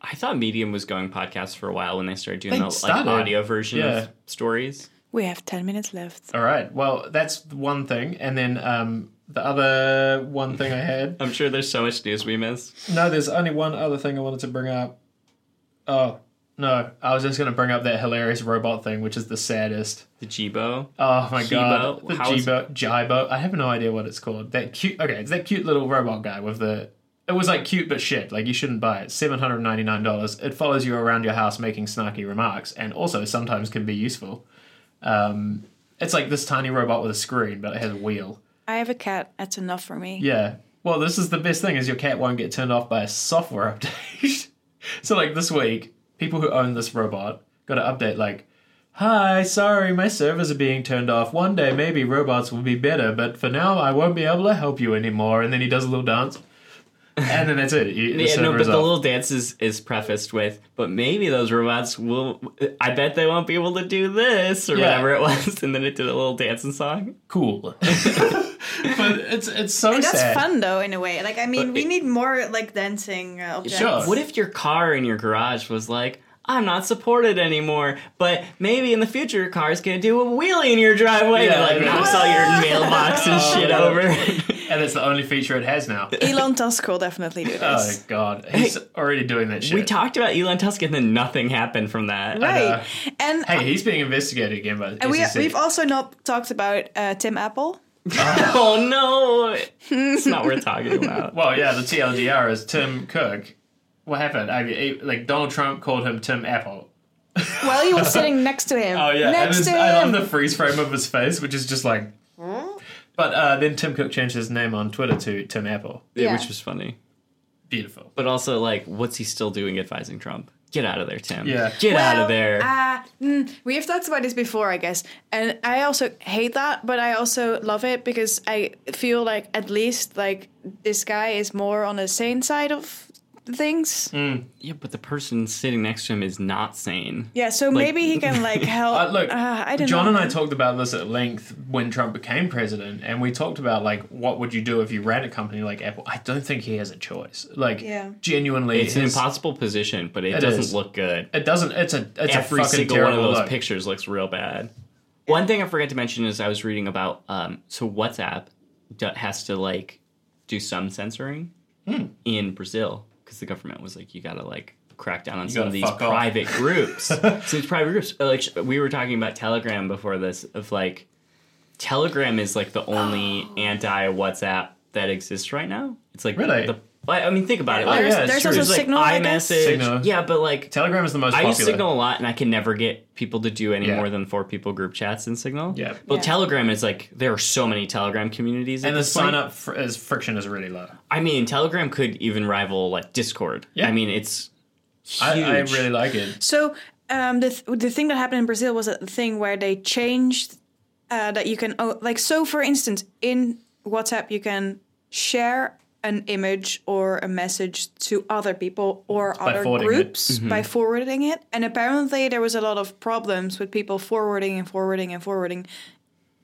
I thought Medium was going podcasts for a while when they started doing
They
the like,
started.
audio version
Yeah.
of stories.
we have 10 minutes left
All right. Well, that's one thing, and then um, the other one thing I had.
I'm sure there's so much news we missed.
No, there's only one other thing I wanted to bring up. Oh no, I was just going to bring up that hilarious robot thing, which is the saddest.
The Jibo.
Oh my god,
Jibo?
the
How is-
Jibo, Jibo. I have no idea what it's called. That cute. Okay, it's that cute little robot guy with the. It was like cute but shit. Like you shouldn't buy it. Seven hundred ninety nine dollars. It follows you around your house making snarky remarks, and also sometimes can be useful. Um, it's like this tiny robot with a screen, but it has a wheel.
I have a cat that's enough for me
Yeah. Well, this is the best thing is your cat won't get turned off by a software update. so like this week, people who own this robot got an update like, "Hi, sorry, my servers are being turned off. One day maybe robots will be better, but for now I won't be able to help you anymore." And then he does a little dance. And then that's it. You- the
Yeah, no,
server
but
is
the
off.
little dance is, is prefaced with, but maybe those robots will. I bet they won't be able to do this or
Yeah.
whatever it was, and then it did a little dancing song.
cool. but it's it's so
And that's
sad.
fun though, in a way. Like, I mean,
But
we
it-
need more like dancing uh, objects.
Sure.
What if your car in your garage was like, "I'm not supported anymore," but maybe in the future your car's gonna do a wheelie in your driveway
Yeah,
and it, like
yeah.
knocks all your mailbox and
Oh,
shit
yeah.
over.
And it's the only feature it has now.
Elon Tusk will definitely do
Oh
this.
god, he's already doing that shit.
we talked about Elon Tusk, and then nothing happened from that.
right. And uh,
hey, he's being investigated again by the
we,
SEC.
we've also not talked about uh, Tim Apple.
Oh no, it's not worth talking about.
Well, yeah, the TLDR is Tim Cook. What happened? I mean, like Donald Trump called him Tim Apple.
Well, he was sitting next to him.
Oh yeah,
Next
and
to
his- I love
him. Hmm?
the freeze frame of his face, which is just like. But uh, then Tim Cook changed his name on Twitter to Tim Apple.
Yeah.
Which was funny.
Beautiful.
But also, like, what's he still doing advising Trump? Get out of there, Tim.
Yeah.
Get out of
Well,
there.
Uh, mm, we have talked about this before, I guess, and I also hate that, but I also love it because I feel like at least like this guy is more on the sane side of things.
Mm,
Yeah, but the person sitting next to him is not sane.
Yeah, so maybe he can like help.
Uh, look,
uh, I don't
John
know.
and I talked about this at length when Trump became president, and we talked about like what would you do if you ran a company like Apple. I don't think he has a choice. Like,
Yeah.
genuinely,
It's an
his-
impossible position, but it,
It
doesn't
is.
look good.
It doesn't. It's a. It's
Every
a fucking
single one of
terrible
those
look.
pictures looks real bad. One thing I forgot to mention is I was reading about um, so WhatsApp do- has to like do some censoring in Brazil because the government was like, you gotta like crack down on some
gotta
of these
fuck off."
private groups. so these private groups, uh, like sh- we were talking about Telegram before this, of like Telegram is like the only
Oh.
anti WhatsApp that exists right now. It's like
Really?
the I I mean, think about it.
Oh,
Like,
yeah, it's
there's
true.
also
there's like
Signal, I guess?
iMessage.
Signal.
Yeah, but like
Telegram is the most
I
popular.
use Signal a lot, and I can never get people to do any
Yeah.
more than four people group chats in Signal.
Yeah.
But
Yeah.
Telegram is like there are so many Telegram communities, at
and the
this point.
sign up fr- is friction is really low.
I mean, Telegram could even rival like Discord.
Yeah.
I mean, it's huge.
I, I really like it.
So um, the th- the thing that happened in Brazil was a thing where they changed uh, that you can oh, like so for instance in WhatsApp you can share an image or a message to other people or other
forwarding it. Mm-hmm.
groups by forwarding it and apparently there was a lot of problems with people forwarding and forwarding and forwarding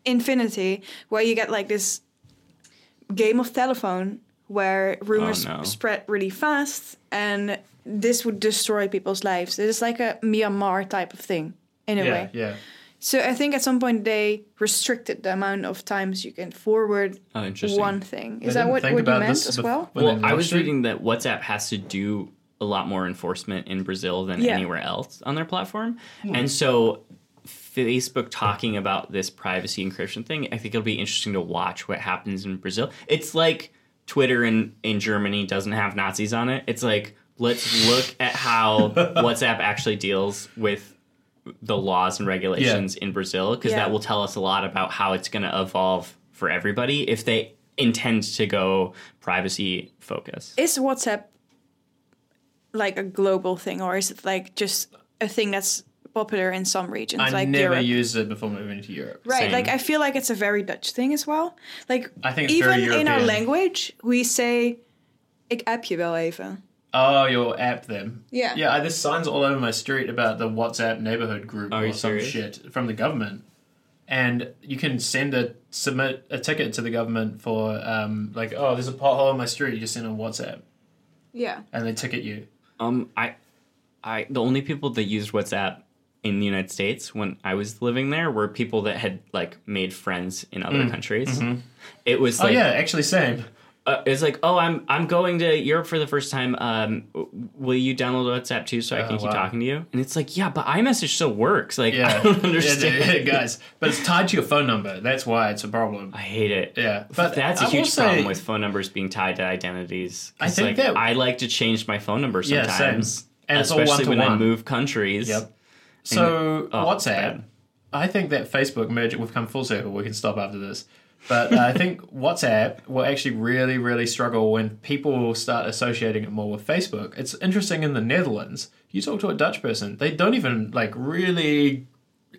infinity where you get like this game of telephone where
Oh,
rumors
no.
spread really fast and this would destroy people's lives. It is like a Myanmar type of thing in a
Yeah,
way.
yeah.
So I think at some point they restricted the amount of times you can forward
Oh, interesting.
one thing. Is that
They didn't
what,
think
what you
about
meant
this
as
bef-
well?
when
well,
they
I was
launched it.
reading that WhatsApp has to do a lot more enforcement in Brazil than
Yeah.
anywhere else on their platform. And so Facebook talking about this privacy encryption thing, I think it'll be interesting to watch what happens in Brazil. It's like Twitter in, in Germany doesn't have Nazis on it. It's like, let's look at how WhatsApp actually deals with the laws and regulations in Brazil because
Yeah.
that will tell us a lot about how it's going to evolve for everybody if they intend to go privacy focus.
Is WhatsApp like a global thing or is it like just a thing that's popular in some regions
I
like
never
Europe?
used it before moving to Europe.
Right,
Same.
like I feel like it's a very Dutch thing as well. Like
I think it's
even
very
in our
European.
language, we say "ik app je wel even."
Oh, your app them.
Yeah.
Yeah, I, there's signs all over my street about the WhatsApp neighborhood group
Oh, Are
or
you
some
serious?
shit from the government. And you can send a submit a ticket to the government for um, like, oh, there's a pothole on my street, you just send on WhatsApp
Yeah,
and they ticket you.
Um, I, I the only people that used WhatsApp in the United States when I was living there were people that had like made friends in other countries. It was
Oh
like
yeah, actually same.
uh, it's like oh I'm I'm going to Europe for the first time. Um, w- will you download WhatsApp too so I can
Oh,
keep
wow.
talking to you? And it's like yeah, but iMessage still works. Like
Yeah.
I don't
Yeah,
understand.
yeah, guys. But it's tied to your phone number. That's why it's a problem.
I hate it.
Yeah.
But
But
that's a
I will
huge
say-
problem with phone numbers being tied to identities. 'Cause,
I think
like,
that-
I like to change my phone number
Yeah, same.
sometimes,
And it's all
especially when I
one-to-one.
move countries.
Yep. So
oh, it's
WhatsApp,
bad.
I think that Facebook merger. We've come full circle. We can stop after this, but uh, I think WhatsApp will actually really, really struggle when people start associating it more with Facebook. It's interesting in the Netherlands. You talk to a Dutch person, they don't even like really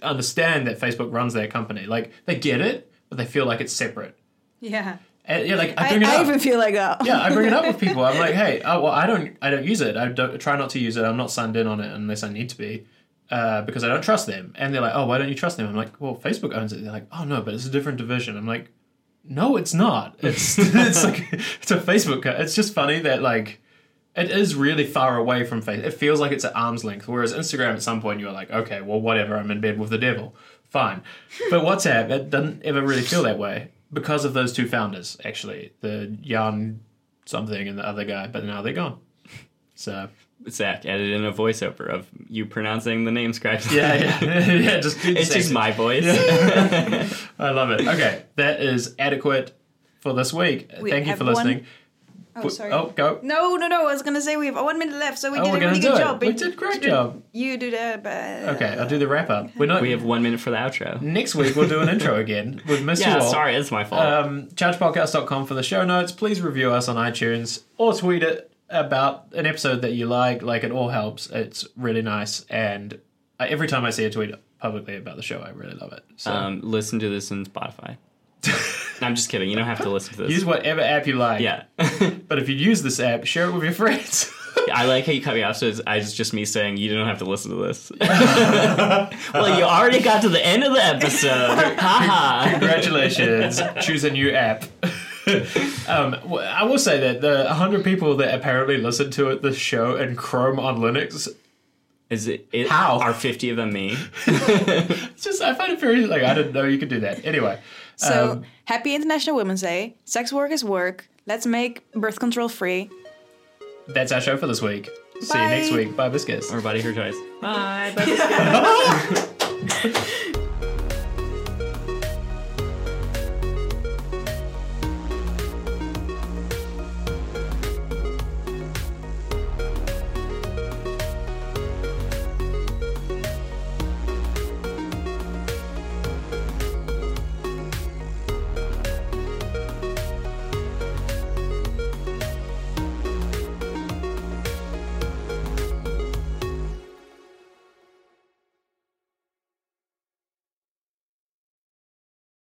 understand that Facebook runs their company. Like they get it, but they feel like it's separate.
yeah.
And, yeah, like I
I,
bring it
I
up.
even feel like uh, that.
yeah, I bring it up with people. I'm like, hey, oh, well, I don't, I don't use it. I don't try not to use it. I'm not signed in on it unless I need to be, uh, because I don't trust them. And they're like, oh, why don't you trust them? I'm like, well, Facebook owns it. They're like, oh no, but it's a different division. I'm like, no, it's not. It's it's like it's a Facebook. co- It's just funny that like. It is really far away from faith. It feels like it's at arm's length. Whereas Instagram, at some point, you're like, okay, well, whatever. I'm in bed with the devil. Fine. But WhatsApp, it doesn't ever really feel that way because of those two founders. Actually, the Jan something and the other guy, but now they're gone. So
Zach added in a voiceover of you pronouncing the names correctly.
yeah, yeah, yeah. Just do the
it's
same.
just my voice.
I love it. Okay, that is adequate for this week.
We
Thank you
have
for
one-
listening.
Oh, sorry.
Oh, go.
No, no, no. I was gonna say we have one minute left, so we
oh,
did
we're
a
gonna
really
do
good
it.
job.
we
but
did a great job.
You do the but
Okay, I'll do the wrap up. We're not.
We have one minute for the outro.
Next week we'll do an intro again. We've missed
Yeah,
you all.
sorry, it's my fault.
Um, chargepodcast.com for the show notes. Please review us on iTunes or tweet it about an episode that you like. Like it all helps. It's really nice. And uh, every time I see a tweet publicly about the show, I really love it. So
um, listen to this on Spotify. I'm just kidding. You don't have to listen to this.
use whatever app you like.
yeah.
But if you use this app, share it with your friends.
I like how you cut me off. So it's, I, it's just me saying you don't have to listen to this. well, you already got to the end of the episode. Haha.
Congratulations. Choose a new app. um, w- I will say that the 100 people that apparently listened to it, this show, in Chrome on Linux,
Is it, it?
How?
are fifty of them me?
it's just, I find it very, like, I didn't know you could do that. Anyway.
So
um,
happy International Women's Day. Sex work is work. Let's make birth control free.
that's our show for this week. See you next
Bye.
week. Bye, Biscuits.
Everybody here twice.
Bye.